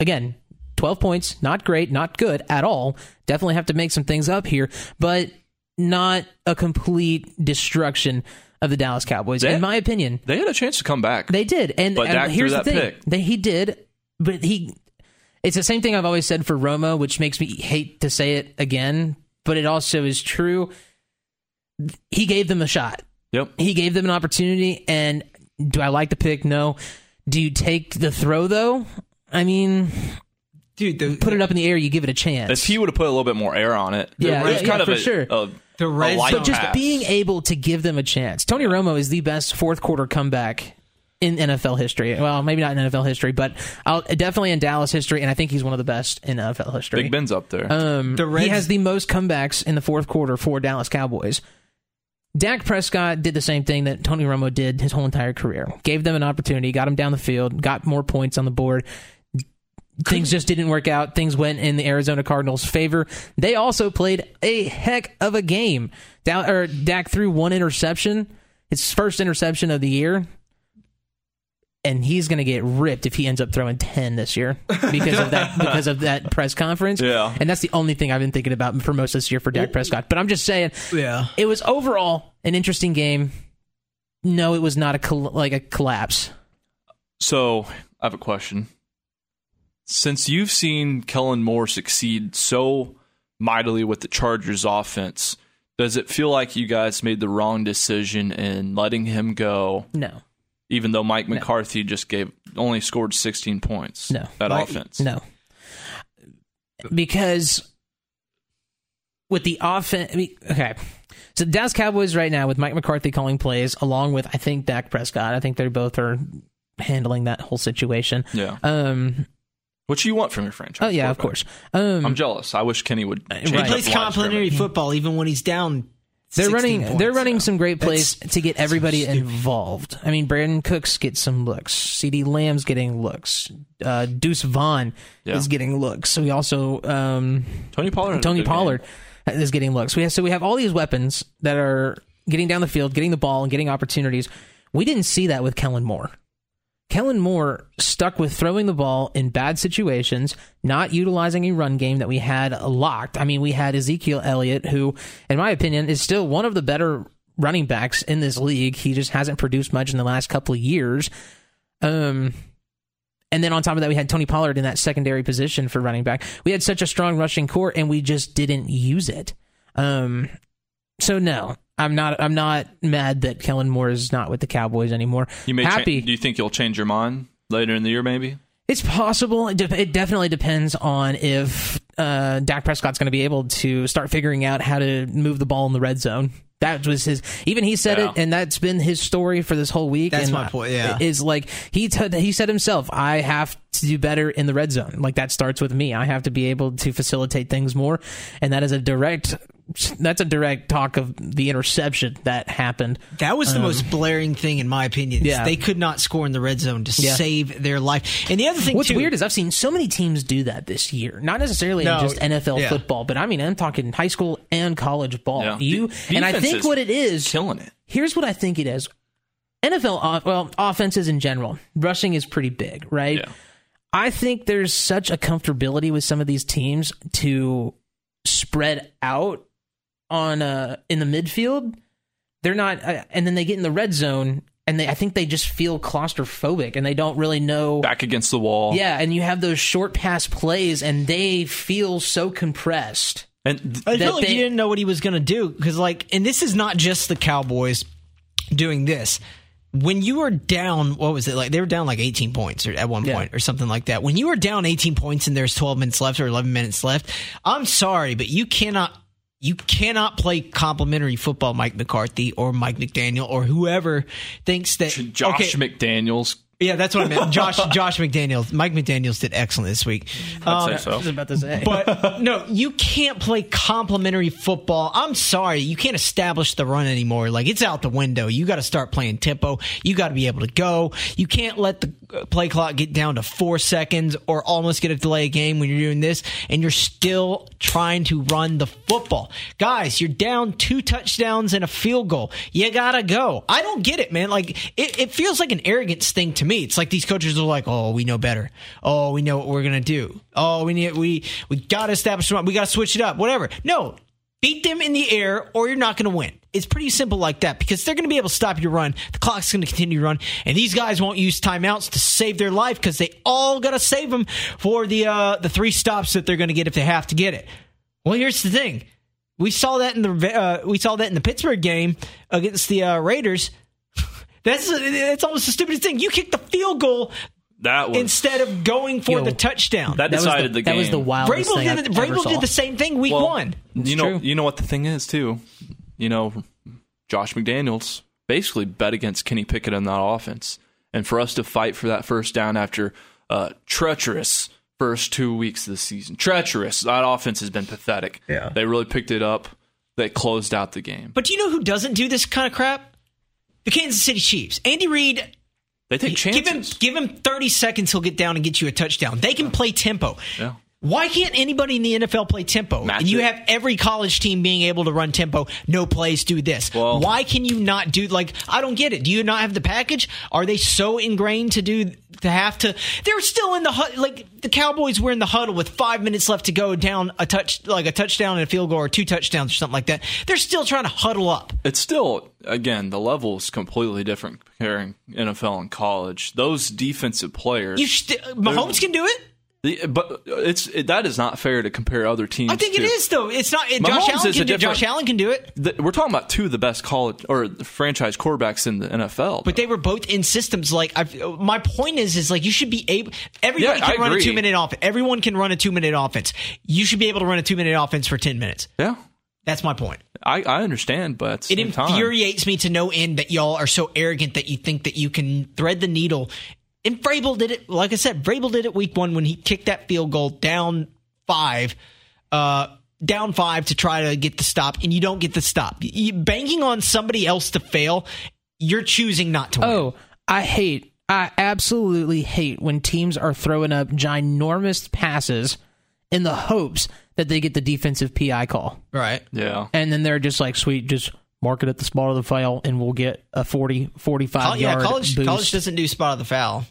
S3: again 12 points not great not good at all definitely have to make some things up here but not a complete destruction of the Dallas Cowboys
S2: They-
S3: in my opinion
S2: They had a chance to come back.
S3: they did and,
S2: But
S3: and
S2: Dak threw
S3: here's
S2: that
S3: the thing
S2: pick.
S3: that he did but he it's the same thing I've always said for Roma which makes me hate to say it again but it also is true he gave them a shot
S2: yep.
S3: he gave them an opportunity and do I like the pick? No. Do you take the throw though? I mean,
S1: dude. The,
S3: put it up in the air, you give it a chance.
S2: If he would have put a little bit more air on it,
S3: Yeah,
S2: there's
S3: yeah, yeah,
S2: kind of
S3: for
S2: a,
S3: sure.
S2: a,
S1: The
S2: a
S1: red
S2: light
S1: zone. But
S3: Just
S2: pass.
S3: being able to give them a chance. Tony Romo is the best fourth quarter comeback in NFL history. Well, maybe not in NFL history, but I'll, definitely in Dallas history, and I think he's one of the best in NFL history.
S2: Big Ben's up there.
S3: Um,
S1: The Reds-
S3: he has the most comebacks in the fourth quarter for Dallas Cowboys. Dak Prescott did the same thing that Tony Romo did his whole entire career. Gave them an opportunity, got them down the field, got more points on the board. Things just didn't work out. Things went in the Arizona Cardinals' favor. They also played a heck of a game. Down, or Dak threw one interception, his first interception of the year, and he's going to get ripped if he ends up throwing ten this year because of that because of that press conference.
S2: Yeah.
S3: And that's the only thing I've been thinking about for most of this year for Dak Prescott. But I'm just saying,
S1: yeah.
S3: it was overall an interesting game. No, it was not a col- like a collapse.
S2: So I have a question. Since you've seen Kellen Moore succeed so mightily with the Chargers offense, does it feel like you guys made the wrong decision in letting him go,
S3: No,
S2: even though Mike McCarthy just gave only scored 16 points?
S3: No.
S2: That
S1: Why-
S2: offense.
S3: no, because with the offense, I mean, okay. So the Dallas Cowboys right now with Mike McCarthy calling plays, along with I think Dak Prescott. I think they both are handling that whole situation.
S2: Yeah.
S3: Um.
S2: What you want from your franchise?
S3: Oh yeah, of
S2: quarterback.
S3: course. Um.
S2: I'm jealous. I wish Kenny would change
S3: Right.
S2: up
S1: He plays
S2: the lines for
S1: complimentary
S2: him.
S1: football even when he's down.
S3: They're
S1: 16
S3: running.
S1: points.
S3: They're running some great
S1: That's
S3: plays to get everybody involved. I mean, Brandon Cooks gets some looks. C.D. Lamb's getting looks. Uh, Deuce Vaughn
S2: Yeah.
S3: is getting looks. So we also um,
S2: Tony Pollard. had a
S3: Tony
S2: good game.
S3: Pollard is getting looks. We have, so we have all these weapons that are getting down the field, getting the ball, and getting opportunities. We didn't see that with Kellen Moore. Kellen Moore stuck with throwing the ball in bad situations, not utilizing a run game that we had locked. I mean, we had Ezekiel Elliott, who, in my opinion, is still one of the better running backs in this league. He just hasn't produced much in the last couple of years. Um, and then on top of that, we had Tony Pollard in that secondary position for running back. We had such a strong rushing core, and we just didn't use it. Um, so no, I'm not. I'm not mad that Kellen Moore is not with the Cowboys anymore.
S2: You may
S3: happy.
S2: Cha- do you think you'll change your mind later in the year? Maybe.
S3: It's possible. It, de- it definitely depends on if uh, Dak Prescott's going to be able to start figuring out how to move the ball in the red zone. That was his. Even he said it,
S2: Yeah.
S3: and that's been his story for this whole week.
S1: That's
S3: and
S1: my point, yeah.
S3: is like he t- he said himself, I have to do better in the red zone. Like that starts with me. I have to be able to facilitate things more, and that is a direct. That's a direct talk of the interception that happened.
S1: That was the most blaring thing, in my opinion. is
S3: yeah.
S1: They could not score in the red zone to
S3: Yeah.
S1: save their life. And the other thing,
S3: What's
S1: too,
S3: weird is I've seen so many teams do that this year. Not necessarily
S1: No,
S3: in just NFL
S1: yeah.
S3: football, but I mean I'm talking high school and college ball.
S2: Yeah.
S3: You
S2: De-
S3: and I
S2: defense
S3: think
S2: is
S3: what it is.
S2: Killing it.
S3: Here's what I think it is. NFL off, well offenses in general, rushing is pretty big, right?
S2: Yeah.
S3: I think there's such a comfortability with some of these teams to spread out on uh in the midfield. They're not, uh, and then they get in the red zone, and they I think they just feel claustrophobic, and they don't really know
S2: Back against the wall.
S3: yeah, and you have those short pass plays, and they feel so compressed.
S2: And th-
S1: I
S3: that
S1: feel like
S3: they-
S1: you didn't know what he was going to do because, like, and this is not just the Cowboys doing this. When you are down, what was it like? They were down like 18 points or, at one
S3: Yeah.
S1: point or something like that. When you are down 18 points and there's 12 minutes left or 11 minutes left, I'm sorry, but you cannot. You cannot play complimentary football, Mike McCarthy or Mike McDaniel or whoever thinks that
S2: Josh
S1: okay,
S2: McDaniels
S1: Yeah, that's what I meant. Josh Josh McDaniels, Mike McDaniels did excellent this week.
S2: I'd
S1: Um,
S2: say so.
S3: about to say.
S1: *laughs* but no, you can't play complimentary football. I'm sorry, you can't establish the run anymore. Like it's out the window. You got to start playing tempo. You got to be able to go. You can't let the uh, play clock get down to four seconds or almost get a delay game when you're doing this, and you're still trying to run the football. Guys, you're down two touchdowns and a field goal. You gotta go. I don't get it, man. Like it, it feels like an arrogance thing to me. It's like these coaches are like, "Oh, we know better. Oh, we know what we're gonna do. Oh, we need we we gotta establish them. up. We gotta switch it up. Whatever. No, beat them in the air, or you're not gonna win. It's pretty simple like that because they're gonna be able to stop your run. The clock's gonna continue to run, and these guys won't use timeouts to save their life because they all gotta save them for the uh, the three stops that they're gonna get if they have to get it. Well, here's the thing. We saw that in the uh, we saw that in the Pittsburgh game against the uh, Raiders. That's that's almost the stupidest thing. You kicked the field goal
S2: That was
S1: instead of going for
S3: Yo.
S1: the touchdown.
S2: that
S3: that was the,
S2: decided the, game.
S3: that was the wildest
S1: Vrabel
S3: thing
S1: did,
S3: I've
S1: the,
S3: ever
S1: Vrabel
S3: saw.
S1: did the same thing week
S2: Well,
S1: one.
S2: You know,
S3: true.
S2: you know what the thing is too. You know, Josh McDaniels basically bet against Kenny Pickett on that offense, and for us to fight for that first down after uh, treacherous first two weeks of the season, treacherous. That offense has been pathetic.
S4: Yeah.
S2: they really picked it up. They closed out the game.
S1: But do you know who doesn't do this kind of crap? The Kansas City Chiefs. Andy Reid
S2: They take chances.
S1: Give him give him 30 seconds he'll get down and get you a touchdown. They can play tempo.
S2: Yeah.
S1: Why can't anybody in the NFL play tempo?
S2: Match
S1: and you
S2: it.
S1: have every college team being able to run tempo. No plays do this.
S2: Well-
S1: Why can you not do like I don't get it. Do you not have the package? Are they so ingrained to do to have to They're still in the hud- like the Cowboys were in the huddle with 5 minutes left to go down a touch like a touchdown and a field goal or two touchdowns or something like that. They're still trying to huddle up.
S2: it's still again the level is completely different comparing NFL and college. Those defensive players,
S1: You st- Mahomes can do it?
S2: the- but it's it, that is not fair to compare other teams.
S1: I think it
S2: to.
S1: is though. It's not. Josh
S2: Mahomes
S1: Allen
S2: is
S1: can
S2: a
S1: do. it. Josh
S2: different-
S1: Allen can do it.
S2: th- we're talking about two of the best college or franchise quarterbacks in the NFL.
S1: But they were both in systems. Like I've, my point is, is like you should be able. Everybody
S2: Yeah,
S1: can
S2: I
S1: run
S2: agree.
S1: a two minute offense. Everyone can run a two minute offense. You should be able to run a two minute offense for ten minutes.
S2: yeah,
S1: That's my point.
S2: I, I understand, but at the
S1: It
S2: same time,
S1: infuriates me to no end that y'all are so arrogant that you think that you can thread the needle. And Vrabel did it. Like I said, Vrabel did it week one when he kicked that field goal down five, uh, down five to try to get the stop, and you don't get the stop. You, banking on somebody else to fail, you're choosing not to win.
S3: Oh, I hate, I absolutely hate when teams are throwing up ginormous passes in the hopes that they get the defensive PI call.
S1: Right.
S2: yeah,
S3: And then they're just like, sweet, just mark it at the spot of the foul and we'll get a 40, 45
S1: Col- yeah,
S3: yard
S1: college
S3: boost.
S1: college doesn't do spot of the foul.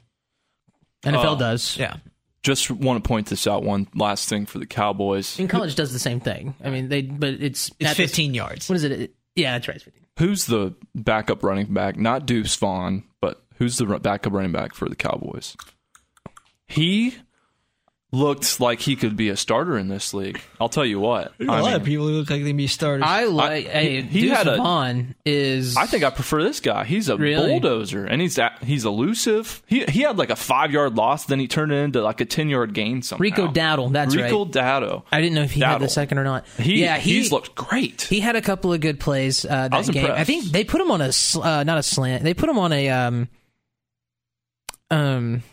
S3: NFL does.
S1: Yeah.
S2: just want to point this out. One last thing for the Cowboys:
S3: And college does the same thing. I mean, they, but it's,
S1: It's
S3: at the-
S1: 15 yards.
S3: what is it? Yeah, that's right. It's 15.
S2: who's the backup running back? Not Deuce Vaughn, but who's the ru- backup running back for the Cowboys? He looked like he could be a starter in this league. I'll tell you what. I, mean,
S1: people who look like they be starters.
S3: I like, hey,
S2: he
S3: Deuce
S2: had a-
S3: Vaughn is,
S2: I think I prefer this guy. He's a
S3: Really?
S2: bulldozer, and he's a, he's elusive. He he had like a five yard loss, then he turned it into like a ten yard gain somehow.
S3: Rico Dowdle, that's
S2: Rico
S3: right.
S2: Dowdle.
S3: I didn't know if he had the
S2: Dowdle.
S3: second or not.
S2: He,
S3: yeah, he,
S2: he's looked great.
S3: He had a couple of good plays uh, that
S2: was
S3: game. I
S2: impressed.
S3: think they put him on a sl- uh, not a slant. They put him on a um um.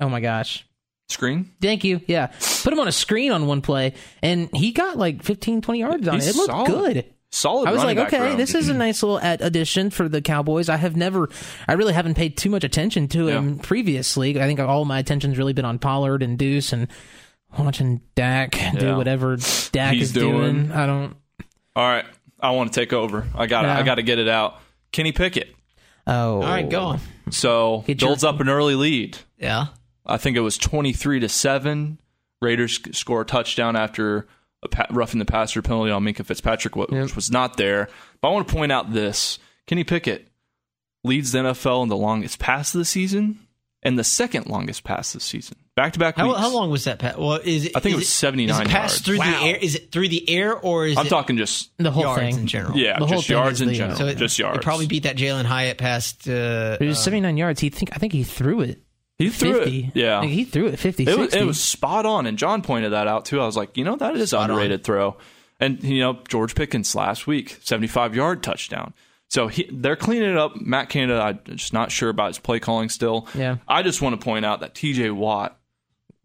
S3: Oh my gosh!
S2: Screen.
S3: Thank you. Yeah, put him on a screen on one play, and he got like 15, 20 yards on
S2: He's
S3: it. It looked
S2: solid.
S3: good.
S2: Solid.
S3: I was like,
S2: running back
S3: okay,
S2: room.
S3: this is a nice little ad- addition for the Cowboys. I have never, I really haven't paid too much attention to him previously. I think all my attention's really been on Pollard and Deuce and watching Dak
S2: Yeah.
S3: do whatever Dak
S2: He's
S3: is doing.
S2: doing.
S3: I don't.
S2: All right, I want to take over. I got to
S3: Yeah.
S2: I got to get it out. Kenny Pickett.
S3: Oh,
S1: All right, go on.
S2: So
S3: Get your-
S2: builds up an early lead.
S1: Yeah.
S2: I think it was twenty three to seven. Raiders sc- score a touchdown after a pa- roughing the passer penalty on Minka Fitzpatrick, wh- which was not there. But I want to point out this: Kenny Pickett leads the NFL in the longest pass of the season and the second longest pass of the season. Back to back
S1: How,
S2: weeks.
S1: how long was that pass? Well, is it,
S2: I think it
S1: is
S2: was 79
S1: Is it passed
S2: yards.
S1: through
S2: Wow.
S1: the air? Is it through the air or is
S2: I'm
S1: it
S2: talking just
S3: the whole
S1: yards
S3: thing.
S1: in general?
S2: yeah,
S3: The whole
S2: just
S3: thing
S2: yards
S3: is
S2: in
S3: the-
S2: general,
S1: So it,
S2: just yards.
S1: It probably beat that Jalen Hyatt past. Uh,
S3: It was 79 yards. He think I think he threw it.
S2: He threw
S3: 50.
S2: it. Yeah.
S3: I think he threw it 50.
S2: it was,
S3: 60.
S2: it was spot on, and John pointed that out too. I was like, you know, that is underrated throw. And you know, George Pickens last week, seventy-five yard touchdown. So he, they're cleaning it up. Matt Canada, I'm just not sure about his play calling still.
S3: Yeah.
S2: I just want to point out that TJ Watt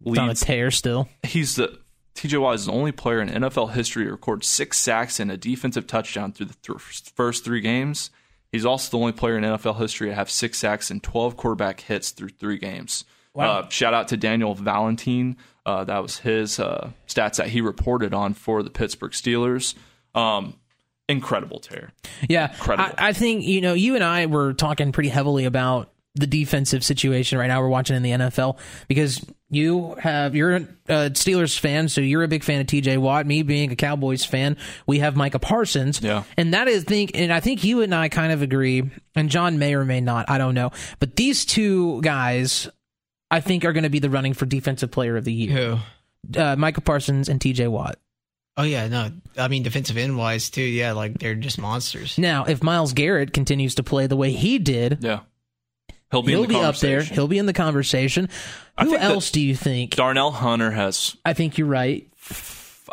S3: It's on a
S2: leads.
S3: tear still.
S2: he's the TJ Watt is the only player in NFL history to record six sacks and a defensive touchdown through the th- first three games. He's also the only player in NFL history to have six sacks and 12 quarterback hits through three games. Uh, shout out to Daniel Valentine. Uh, that was his uh, stats that he reported on for the Pittsburgh Steelers. Um, incredible tear.
S3: Yeah,
S2: Incredible.
S3: I, I think you know you and I were talking pretty heavily about the defensive situation right now. We're watching in the NFL because you have you're a Steelers fan, so you're a big fan of T.J. Watt. Me being a Cowboys fan, we have Micah Parsons.
S2: Yeah.
S3: and that is think, and I think you and I kind of agree. And John may or may not. I don't know, but these two guys. I think are going to be the running for defensive player of the year.
S4: Who?
S3: Uh, Michael Parsons and T.J. Watt.
S4: Oh yeah, no. I mean defensive end wise too. Yeah, like they're just monsters.
S3: Now, if Miles Garrett continues to play the way he did,
S2: Yeah. He'll be, in
S3: He'll
S2: the
S3: be up there.
S2: conversation.
S3: He'll be in the conversation. Who
S2: think that-
S3: else do you think?
S2: Darnell Hunter has,
S3: I think you're right.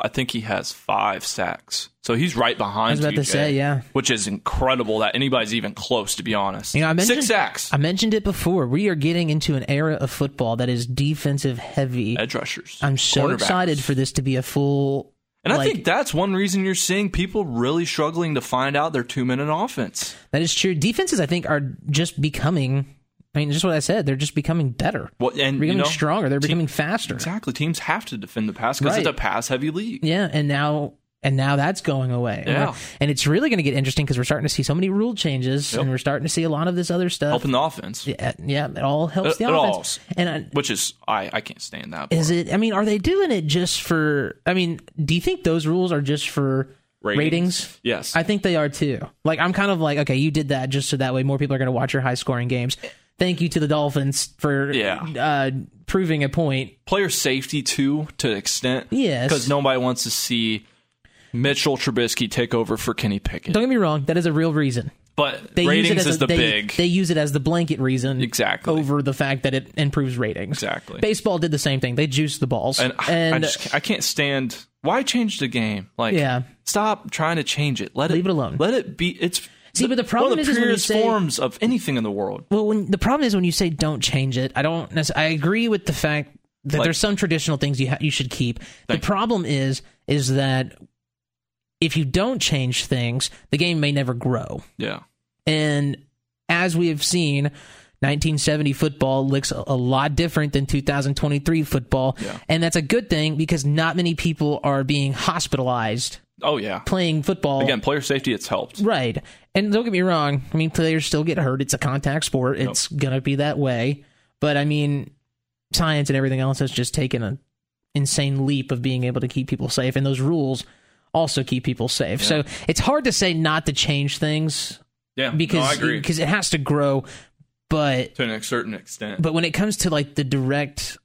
S2: I think he has five sacks. So he's right
S3: I
S2: behind
S3: was about to
S2: TJ,
S3: say, yeah.
S2: Which is incredible that anybody's even close, to be honest.
S3: You know, I mentioned
S2: Six sacks.
S3: I mentioned it before. We are getting into an era of football that is defensive heavy.
S2: Edge rushers.
S3: I'm so
S2: cornerbacks.
S3: excited for this to be a full.
S2: And I
S3: like,
S2: think that's one reason you're seeing people really struggling to find out their two minute offense.
S3: that is true. Defenses, I think, are just becoming. I mean, just what I said. They're just becoming better.
S2: What and
S3: They're becoming
S2: you know,
S3: stronger. They're
S2: te-
S3: becoming faster.
S2: Exactly. Teams have to defend the pass because
S3: Right.
S2: it's a pass heavy league.
S3: Yeah, and now and now that's going away. And
S2: Yeah.
S3: we're- and it's really going to get interesting because we're starting to see so many rule changes, and we're starting to see a lot of this other stuff.
S2: Helping the offense.
S3: Yeah, yeah, it all helps
S2: It-
S3: the
S2: it all
S3: offense. And I,
S2: Which is I, I can't stand that.
S3: is it? I mean, are they doing it just for? I mean, do you think those rules are just for ratings?
S2: Ratings. Yes.
S3: I think they are too. Like, I'm kind of like, okay, you did that just so that way more people are going to watch your high scoring games. Thank you to the Dolphins for
S2: Yeah.
S3: uh, proving a point.
S2: player safety too, to an extent.
S3: Yes.
S2: Because nobody wants to see Mitchell Trubisky take over for Kenny Pickett.
S3: Don't get me wrong, that is a real reason.
S2: But
S3: They use it
S2: ratings
S3: as a-
S2: is the
S3: they-
S2: big.
S3: They use it as the blanket reason
S2: Exactly.
S3: over the fact that it improves ratings.
S2: Exactly.
S3: Baseball did the same thing. They juiced the balls
S2: and I- I just can't- I can't stand why change the game. Like
S3: Yeah.
S2: stop trying to change it. Let
S3: Leave
S2: it,
S3: it alone.
S2: Let it be. It's
S3: See, but the
S2: one
S3: problem
S2: of
S3: is-
S2: the
S3: is when you
S2: purest
S3: say-
S2: forms of anything in the world.
S3: Well, when the problem is when you say don't change it, I don't. necess- I agree with the fact that
S2: Like-
S3: there's some traditional things you ha- you should keep. The problem is is that if you don't change things, the game may never grow.
S2: Yeah,
S3: And as we have seen, 1970 football looks a a lot different than 2023 football,
S2: Yeah.
S3: and that's a good thing because not many people are being hospitalized
S2: Oh yeah.
S3: playing football
S2: Again, player safety. It's helped.
S3: Right. And don't get me wrong. I mean, players still get hurt. It's a contact sport. It's going to be that way. But I mean, science and everything else has just taken an insane leap of being able to keep people safe. And those rules also keep people safe. So it's hard to say not to change things
S2: Yeah, no, I
S3: because
S2: agree
S3: because it has to grow. But
S2: to a certain extent.
S3: but when it comes to like the direct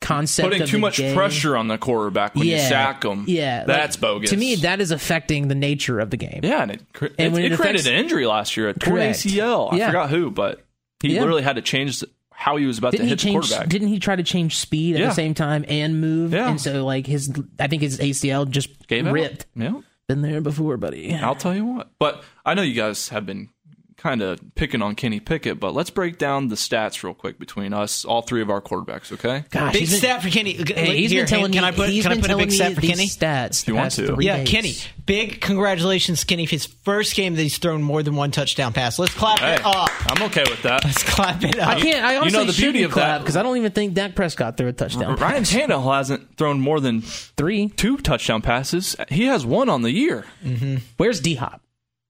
S3: concept
S2: Putting
S3: of
S2: too
S3: the
S2: much
S3: game-
S2: pressure on the quarterback when you sack them.
S3: yeah, like,
S2: that's bogus.
S3: To me, that is affecting the nature of the game.
S2: Yeah, and it, cr- it,
S3: when it
S2: it
S3: affects-
S2: created an injury last year, a torn
S3: Correct.
S2: ACL. I
S3: Yeah.
S2: forgot who, but he
S3: Yeah.
S2: literally had to change the- how he was about
S3: didn't
S2: to
S3: he
S2: hit the
S3: change?
S2: quarterback.
S3: Didn't he try to change speed at
S2: Yeah.
S3: the same time and move?
S2: Yeah.
S3: And so like his, I think his ACL just
S2: Gave out.
S3: ripped.
S2: Yeah.
S3: Been there before, buddy.
S2: I'll tell you what. But I know you guys have been kind of picking on Kenny Pickett, but let's break down the stats real quick between us, all three of our quarterbacks, okay?
S3: Gosh,
S4: Big
S3: he's been,
S4: stat for Kenny.
S3: Hey, he's
S4: Here,
S3: been telling
S4: hey, can
S3: me.
S4: I put,
S3: he's
S4: can I
S3: been
S4: put a
S3: telling
S4: big stat
S3: me
S4: for
S3: these
S4: Kenny?
S3: Stats.
S2: you
S3: the
S2: want
S3: past
S2: to.
S3: three
S4: Yeah,
S3: days.
S4: Kenny. Big congratulations, Kenny. His first game that he's thrown more than one touchdown pass. Let's clap
S2: Hey,
S4: it up.
S2: I'm okay with that.
S4: Let's clap it up.
S3: I can't. I
S2: You
S3: honestly
S2: know the beauty
S3: shouldn't
S2: of that-
S3: clap because I don't even think Dak Prescott threw a touchdown.
S2: Ryan Tannehill hasn't thrown more than
S3: Three.
S2: two touchdown passes. He has one on the year.
S3: Where's D Hop?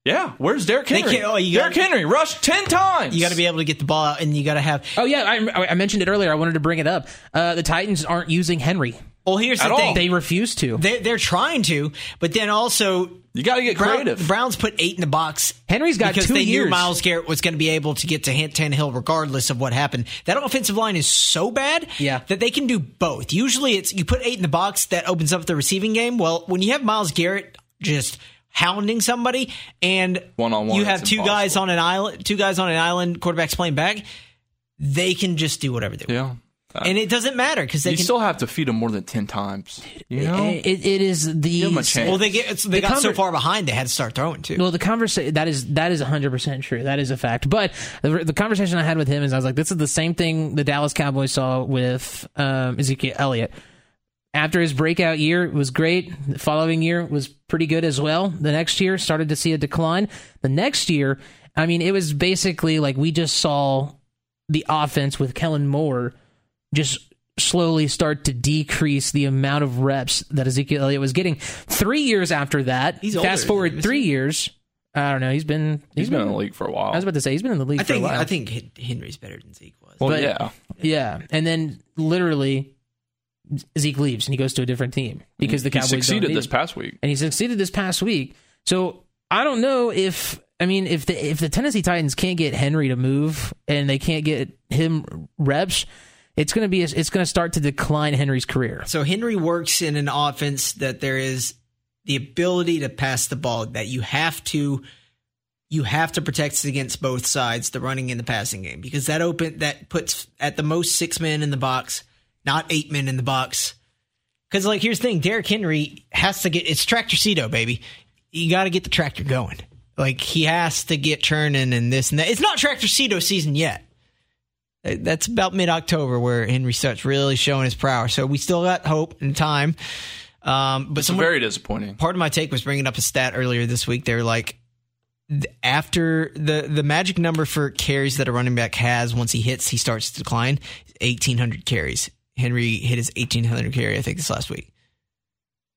S2: Yeah, where's Derrick
S4: They
S2: Henry?
S4: can't- oh, you
S2: Derrick
S4: gotta-
S2: Henry rushed ten times.
S4: You got to be able to get the ball out, and you got to have.
S3: Oh yeah, I, I mentioned it earlier. I wanted to bring it up. Uh, the Titans aren't using Henry.
S4: Well, here's
S2: At
S4: the
S2: all.
S4: thing.
S3: They refuse to.
S4: They, they're trying to, but then also
S2: You got to get
S4: Brown,
S2: creative.
S4: the Browns put eight in the box.
S3: Henry's got
S4: because
S3: two
S4: they
S3: years.
S4: knew Miles Garrett was going to be able to get to Han- Tannehill regardless of what happened. That offensive line is so bad
S3: Yeah.
S4: that they can do both. Usually, it's you put eight in the box that opens up the receiving game. Well, when you have Miles Garrett just hounding somebody and
S2: One-on-one,
S4: you have
S2: it's
S4: two guys
S2: impossible.
S4: on an island, two guys on an island, quarterbacks playing back. They can just do whatever they want.
S2: yeah.
S1: and it doesn't matter because they
S2: You
S1: can.
S2: still have to feed them more than ten times. You know,
S3: It, it is the
S2: Give 'em a chance.
S1: well, they get it's- they got so
S3: conver-
S1: far behind they had to start throwing too.
S3: Well, the conversation that is that is hundred percent true. That is a fact. But the, the conversation I had with him is I was like, this is the same thing the Dallas Cowboys saw with um, Ezekiel Elliott. After his breakout year it was great. The following year was pretty good as well. The next year started to see a decline. The next year, I mean, it was basically like we just saw the offense with Kellen Moore just slowly start to decrease the amount of reps that Ezekiel Elliott was getting. Three years after that,
S1: He's older
S3: fast
S1: than him,
S3: forward
S1: isn't
S3: three years. I don't know. He's been
S2: he's been in the league for a while.
S3: I was about to say he's been in the league
S1: I think
S3: for a while.
S1: I think Hen- Henry's better than Zeke was.
S2: well,
S3: but-
S2: yeah,
S3: yeah, and then literally Zeke leaves and he goes to a different team because the
S2: he
S3: Cowboys don't
S2: succeeded
S3: need
S2: this
S3: him.
S2: past week.
S3: and he succeeded this past week. So I don't know if I mean if the if the Tennessee Titans can't get Henry to move and they can't get him reps, it's gonna be it's gonna start to decline Henry's career.
S1: So Henry works in an offense that there is the ability to pass the ball that you have to you have to protect against both sides the running and the passing game because that open that puts at the most 6 men in the box, not 8 men in the box. Cuz like here's the thing, Derrick Henry has to get it's tractor cedo baby. You got to get the tractor going. Like he has to get churning and this and that. It's not tractor cedo season yet. Uh, that's about mid October where Henry starts really showing his power. So we still got hope and time. Um, but
S2: It's
S1: someone,
S2: very disappointing.
S1: part of my take was bringing up a stat earlier this week. They were like, th- after the the magic number for carries that a running back has once he hits, he starts to decline. Eighteen hundred carries. Henry hit his eighteen hundred carry. I think this last week.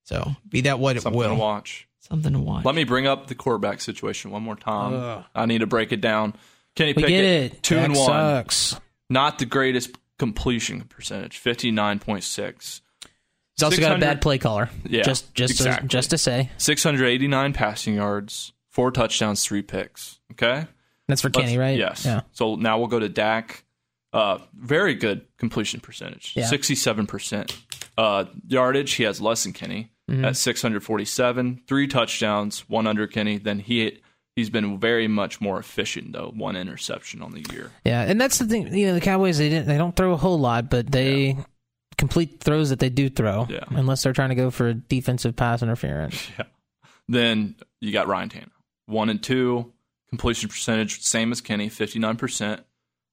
S1: So be that what it
S2: Something
S1: will.
S2: to watch.
S1: Something to watch.
S2: Let me bring up the quarterback situation one more time. I need to break it down. Kenny
S3: We
S2: Pickett,
S3: get it.
S2: two and
S3: Dak
S2: one,
S3: sucks.
S2: not the greatest completion percentage, fifty nine point six.
S3: He's also got a
S2: 600
S3: bad play caller.
S2: Yeah,
S3: just just
S2: exactly.
S3: to, just to say
S2: 689 passing yards, four touchdowns, three picks. Okay.
S3: that's for Kenny,
S2: Let's-
S3: right?
S2: Yes.
S3: Yeah.
S2: So now we'll go to Dak. Uh, very good completion percentage,
S3: Yeah.
S2: 67%. Uh, yardage, he has less than Kenny
S3: Mm-hmm.
S2: at 647, three touchdowns, one under Kenny. Then he he's been very much more efficient though, one interception on the year.
S3: Yeah, and that's the thing. You know, the Cowboys they didn't, they don't throw a whole lot, but they complete throws that they do throw,
S2: Yeah.
S3: unless they're trying to go for a defensive pass interference.
S2: Then you got Ryan Tanner, one and two completion percentage, same as Kenny, 59%,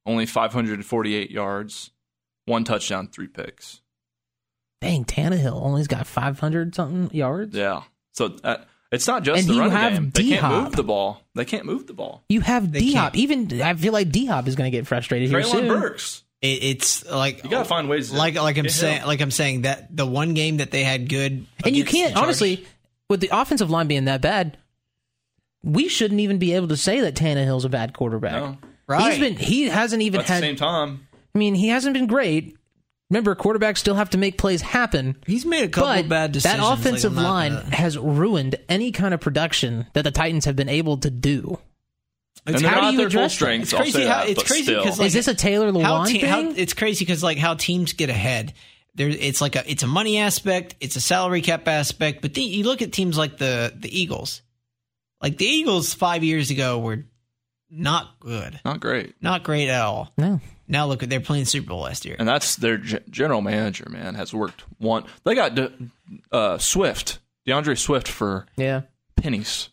S2: only 548 yards, one touchdown, three picks.
S3: Dang, Tannehill only's got five hundred something yards.
S2: Yeah. So uh, it's not just
S3: And
S2: the
S3: you
S2: running
S3: have
S2: game. They can't
S3: D-Hop.
S2: move the ball. They can't move the ball.
S3: You have D Hop.
S1: can't-
S3: Even I feel like D Hop is going to get frustrated here
S2: Traylon
S3: soon.
S2: Burks.
S1: It- it's like
S2: You got to find ways. To
S1: like like I'm
S2: get
S1: saying
S2: help.
S1: like I'm saying that the one game that they had good
S3: And you
S1: against the
S3: can't
S1: Chargers-
S3: honestly, with the offensive line being that bad, we shouldn't even be able to say that Tannehill's a bad quarterback.
S2: No.
S1: Right.
S3: He's been he hasn't even
S2: But at the
S3: had.
S2: same time,
S3: I mean, he hasn't been great. Remember, quarterbacks still have to make plays happen.
S1: He's made a couple
S3: but
S1: bad decisions.
S3: That
S1: like,
S3: offensive
S1: I'm not
S3: line
S1: gonna-
S3: has ruined any kind of production that the Titans have been able to do.
S2: and they're
S3: how do
S2: not
S3: you
S2: at their full
S3: address that?
S2: strength.
S1: It's
S2: I'll
S1: crazy
S2: say
S1: how-
S2: that,
S1: it's
S2: but
S1: crazy
S2: still.
S1: 'cause, like,
S3: Is this a Taylor
S1: how,
S3: Lewan
S1: te-
S3: thing?
S1: how it's crazy because like how teams get ahead there it's like a it's a money aspect it's a salary cap aspect but the, you look at teams like the the eagles like the eagles five years ago were not good
S2: not great.
S1: not great at all
S3: no,
S1: now look at they're playing super bowl last year
S2: And that's their g- general manager. Man has worked one. They got De- uh, Swift, DeAndre Swift for
S3: yeah,
S2: pennies.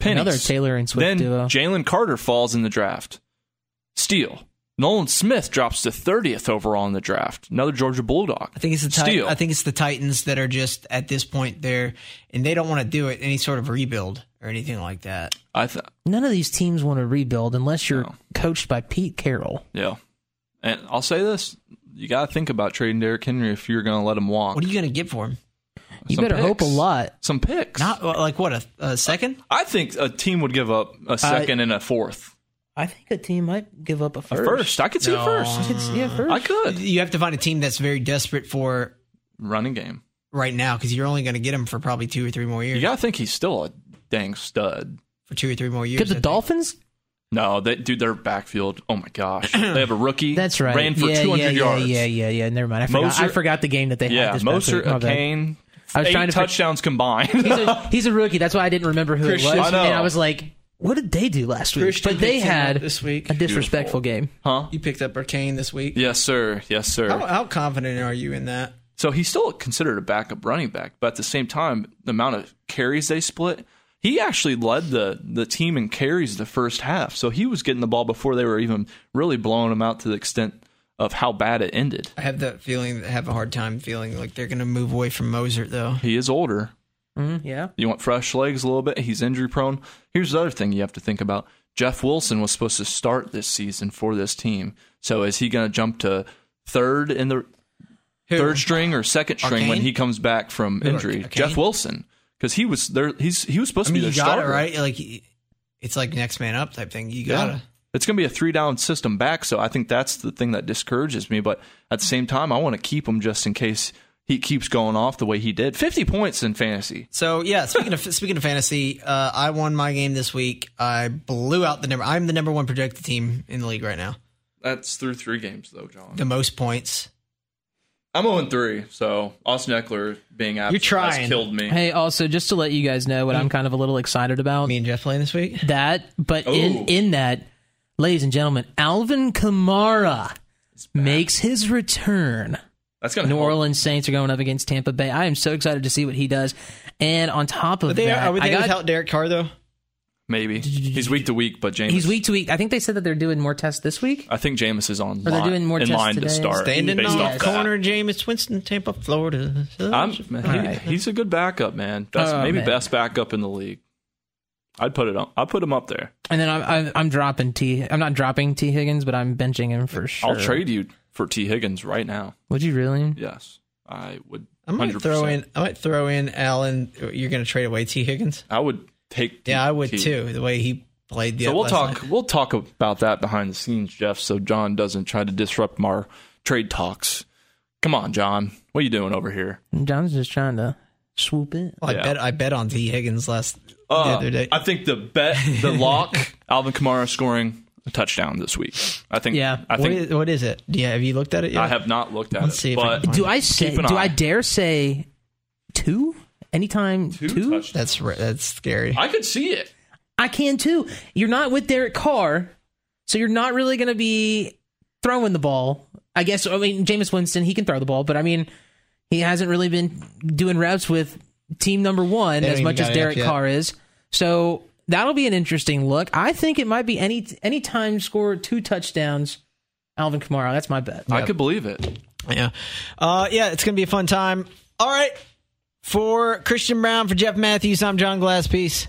S2: Pennies.
S3: another Taylor and Swift
S2: then
S3: duo.
S2: Jalen Carter falls in the draft. Steal. Nolan Smith drops to 30th overall in the draft. Another Georgia Bulldog.
S1: I think it's the Tit-
S2: Steal.
S1: I think it's the Titans that are just at this point there, and they don't want to do it any sort of rebuild or anything like that.
S2: I th-
S3: None of these teams want to rebuild unless you're
S2: No.
S3: coached by Pete Carroll.
S2: yeah. And I'll say this: you got to think about trading Derrick Henry if you're going to let him walk.
S1: What are you going to get for him?
S3: You
S2: Some
S3: better hope a
S2: picks.
S3: lot.
S2: Some picks.
S1: Not like what a, a second.
S2: I think a team would give up a second and a fourth.
S3: I think a team might give up a
S2: A
S3: first.
S2: first. I could see a first.
S3: yeah, first.
S2: I could.
S1: You have to find a team that's very desperate for
S2: Running game.
S1: right now because you're only going to get him for probably two or three more years.
S2: You got to think he's still a dang stud.
S1: For two or three more years.
S3: Could
S1: I
S3: the
S1: think.
S3: Dolphins?
S2: No, they dude, their backfield. Oh my *clears throat* gosh, they have a rookie.
S3: That's right.
S2: Ran for
S3: yeah,
S2: 200
S3: yeah,
S2: yards.
S3: Yeah, yeah, yeah, yeah. Never mind. I forgot, I
S2: Moser-
S3: forgot the game that they had.
S2: Yeah,
S3: This past
S2: Moser,
S3: week. My bad.
S2: Kane,
S3: I was
S2: eight
S3: trying to fix-
S2: touchdowns combined.
S3: He's a, he's a rookie. That's why I didn't remember who
S2: Christian-
S3: it was.
S2: I know.
S3: And I was like, What did they do last week?
S1: Christian
S3: but they
S1: picked him up
S3: had
S1: this week.
S3: a disrespectful game.
S2: Huh?
S1: You picked up Arcane this week.
S2: *laughs* Yes, sir. Yes, sir.
S1: How, how confident are you in that?
S2: So he's still considered a backup running back, but at the same time, the amount of carries they split, he actually led the the team in carries the first half. So he was getting the ball before they were even really blowing him out to the extent of how bad it ended.
S1: I have that feeling. I have a hard time feeling like they're going to move away from Moser though.
S2: He is older.
S3: Yeah.
S2: You want fresh legs a little bit. He's injury prone. Here's the other thing you have to think about. Jeff Wilson was supposed to start this season for this team. So is he going to jump to third in the third string or second string when
S1: Arcane?
S2: he comes back from injury?
S1: Arcane?
S2: Jeff Wilson, because he was there. He's he was supposed
S1: I mean,
S2: to be
S1: you
S2: the
S1: got
S2: starter,
S1: it right. Like it's like next man up type thing. You got
S2: Yeah.
S1: to
S2: It's going to be a three down system back, so I think that's the thing that discourages me. But at the same time, I want to keep him just in case he keeps going off the way he did. Fifty points in fantasy.
S1: So yeah, speaking of *laughs* speaking of fantasy, uh, I won my game this week. I blew out the number. I'm the number one projected team in the league right now.
S2: That's through three games though, John.
S1: The most points.
S2: I'm 0 3, so Austin Eckler being absent
S1: trying.
S2: has killed me.
S3: Hey, also just to let you guys know what I'm kind of a little excited about
S1: Me and Jeff playing this week.
S3: that, but in
S2: Oh.
S3: in that, ladies and gentlemen, Alvin Kamara makes his
S2: *laughs*
S3: return.
S2: That's going to
S3: New Orleans Saints are going up against Tampa Bay. I am so excited to see what he does. And on top of
S1: They
S3: that,
S1: are, are
S3: I
S1: they
S3: got-
S1: without Derek Carr though?
S2: Maybe. He's week to week, but James.
S3: he's week to week. I think they said that they're doing more tests this week.
S2: I think James is on
S3: they're
S2: line,
S3: doing more
S2: in
S3: tests
S2: line to
S3: today.
S2: start.
S1: Standing
S2: based
S1: on
S2: off
S1: the
S2: that.
S1: corner, James Winston, Tampa, Florida.
S2: I'm, he- He's a good backup, man. That's
S3: Oh,
S2: maybe
S3: man.
S2: best backup in the league. I'd put it on. I'd put him up there.
S3: And then I'm, I'm, I'm dropping T. I'm not dropping T Higgins, but I'm benching him for sure.
S2: I'll trade you for T. Higgins right now.
S3: Would you really?
S2: Yes, I would.
S1: I might
S2: 100%.
S1: throw in. I might throw in Allen. You're going to trade away T Higgins?
S2: I would take.
S1: Yeah, I would
S2: T.
S1: too. The way he played the.
S2: So we'll
S1: last
S2: talk.
S1: night.
S2: We'll talk about that behind the scenes, Jeff. So John doesn't try to disrupt our trade talks. Come on, John. What are you doing over here?
S3: John's just trying to swoop in.
S1: Well, I
S2: yeah.
S1: bet. I bet on T Higgins last the
S2: Uh,
S1: other day.
S2: I think the bet,
S1: *laughs*
S2: the lock, Alvin Kamara scoring a touchdown this week. I think.
S3: Yeah.
S2: I
S1: What
S2: think
S1: is, what is it? Yeah, have you looked at it yet?
S2: I have not looked at
S1: Let's
S2: it,
S1: see if I can
S2: but
S1: find
S3: Do I say?
S2: Keep an
S3: Do
S2: eye.
S3: I dare say two? Anytime two?
S2: touchdowns.
S1: That's ri- that's scary.
S2: I could see it.
S3: I can too. You're not with Derek Carr, so you're not really going to be throwing the ball. I guess. I mean, Jameis Winston, he can throw the ball, but I mean, he hasn't really been doing reps with team number one
S1: They
S3: as
S1: haven't
S3: much
S1: even
S3: as
S1: got it up
S3: Derek
S1: yet.
S3: Carr is. So that'll be an interesting look. I think it might be any any time score two touchdowns. Alvin Kamara, that's my bet.
S2: I could believe it.
S1: Yeah. Uh, yeah, it's going to be a fun time. All right. For Christian Brown, for Jeff Matthews, I'm John Glass. Peace.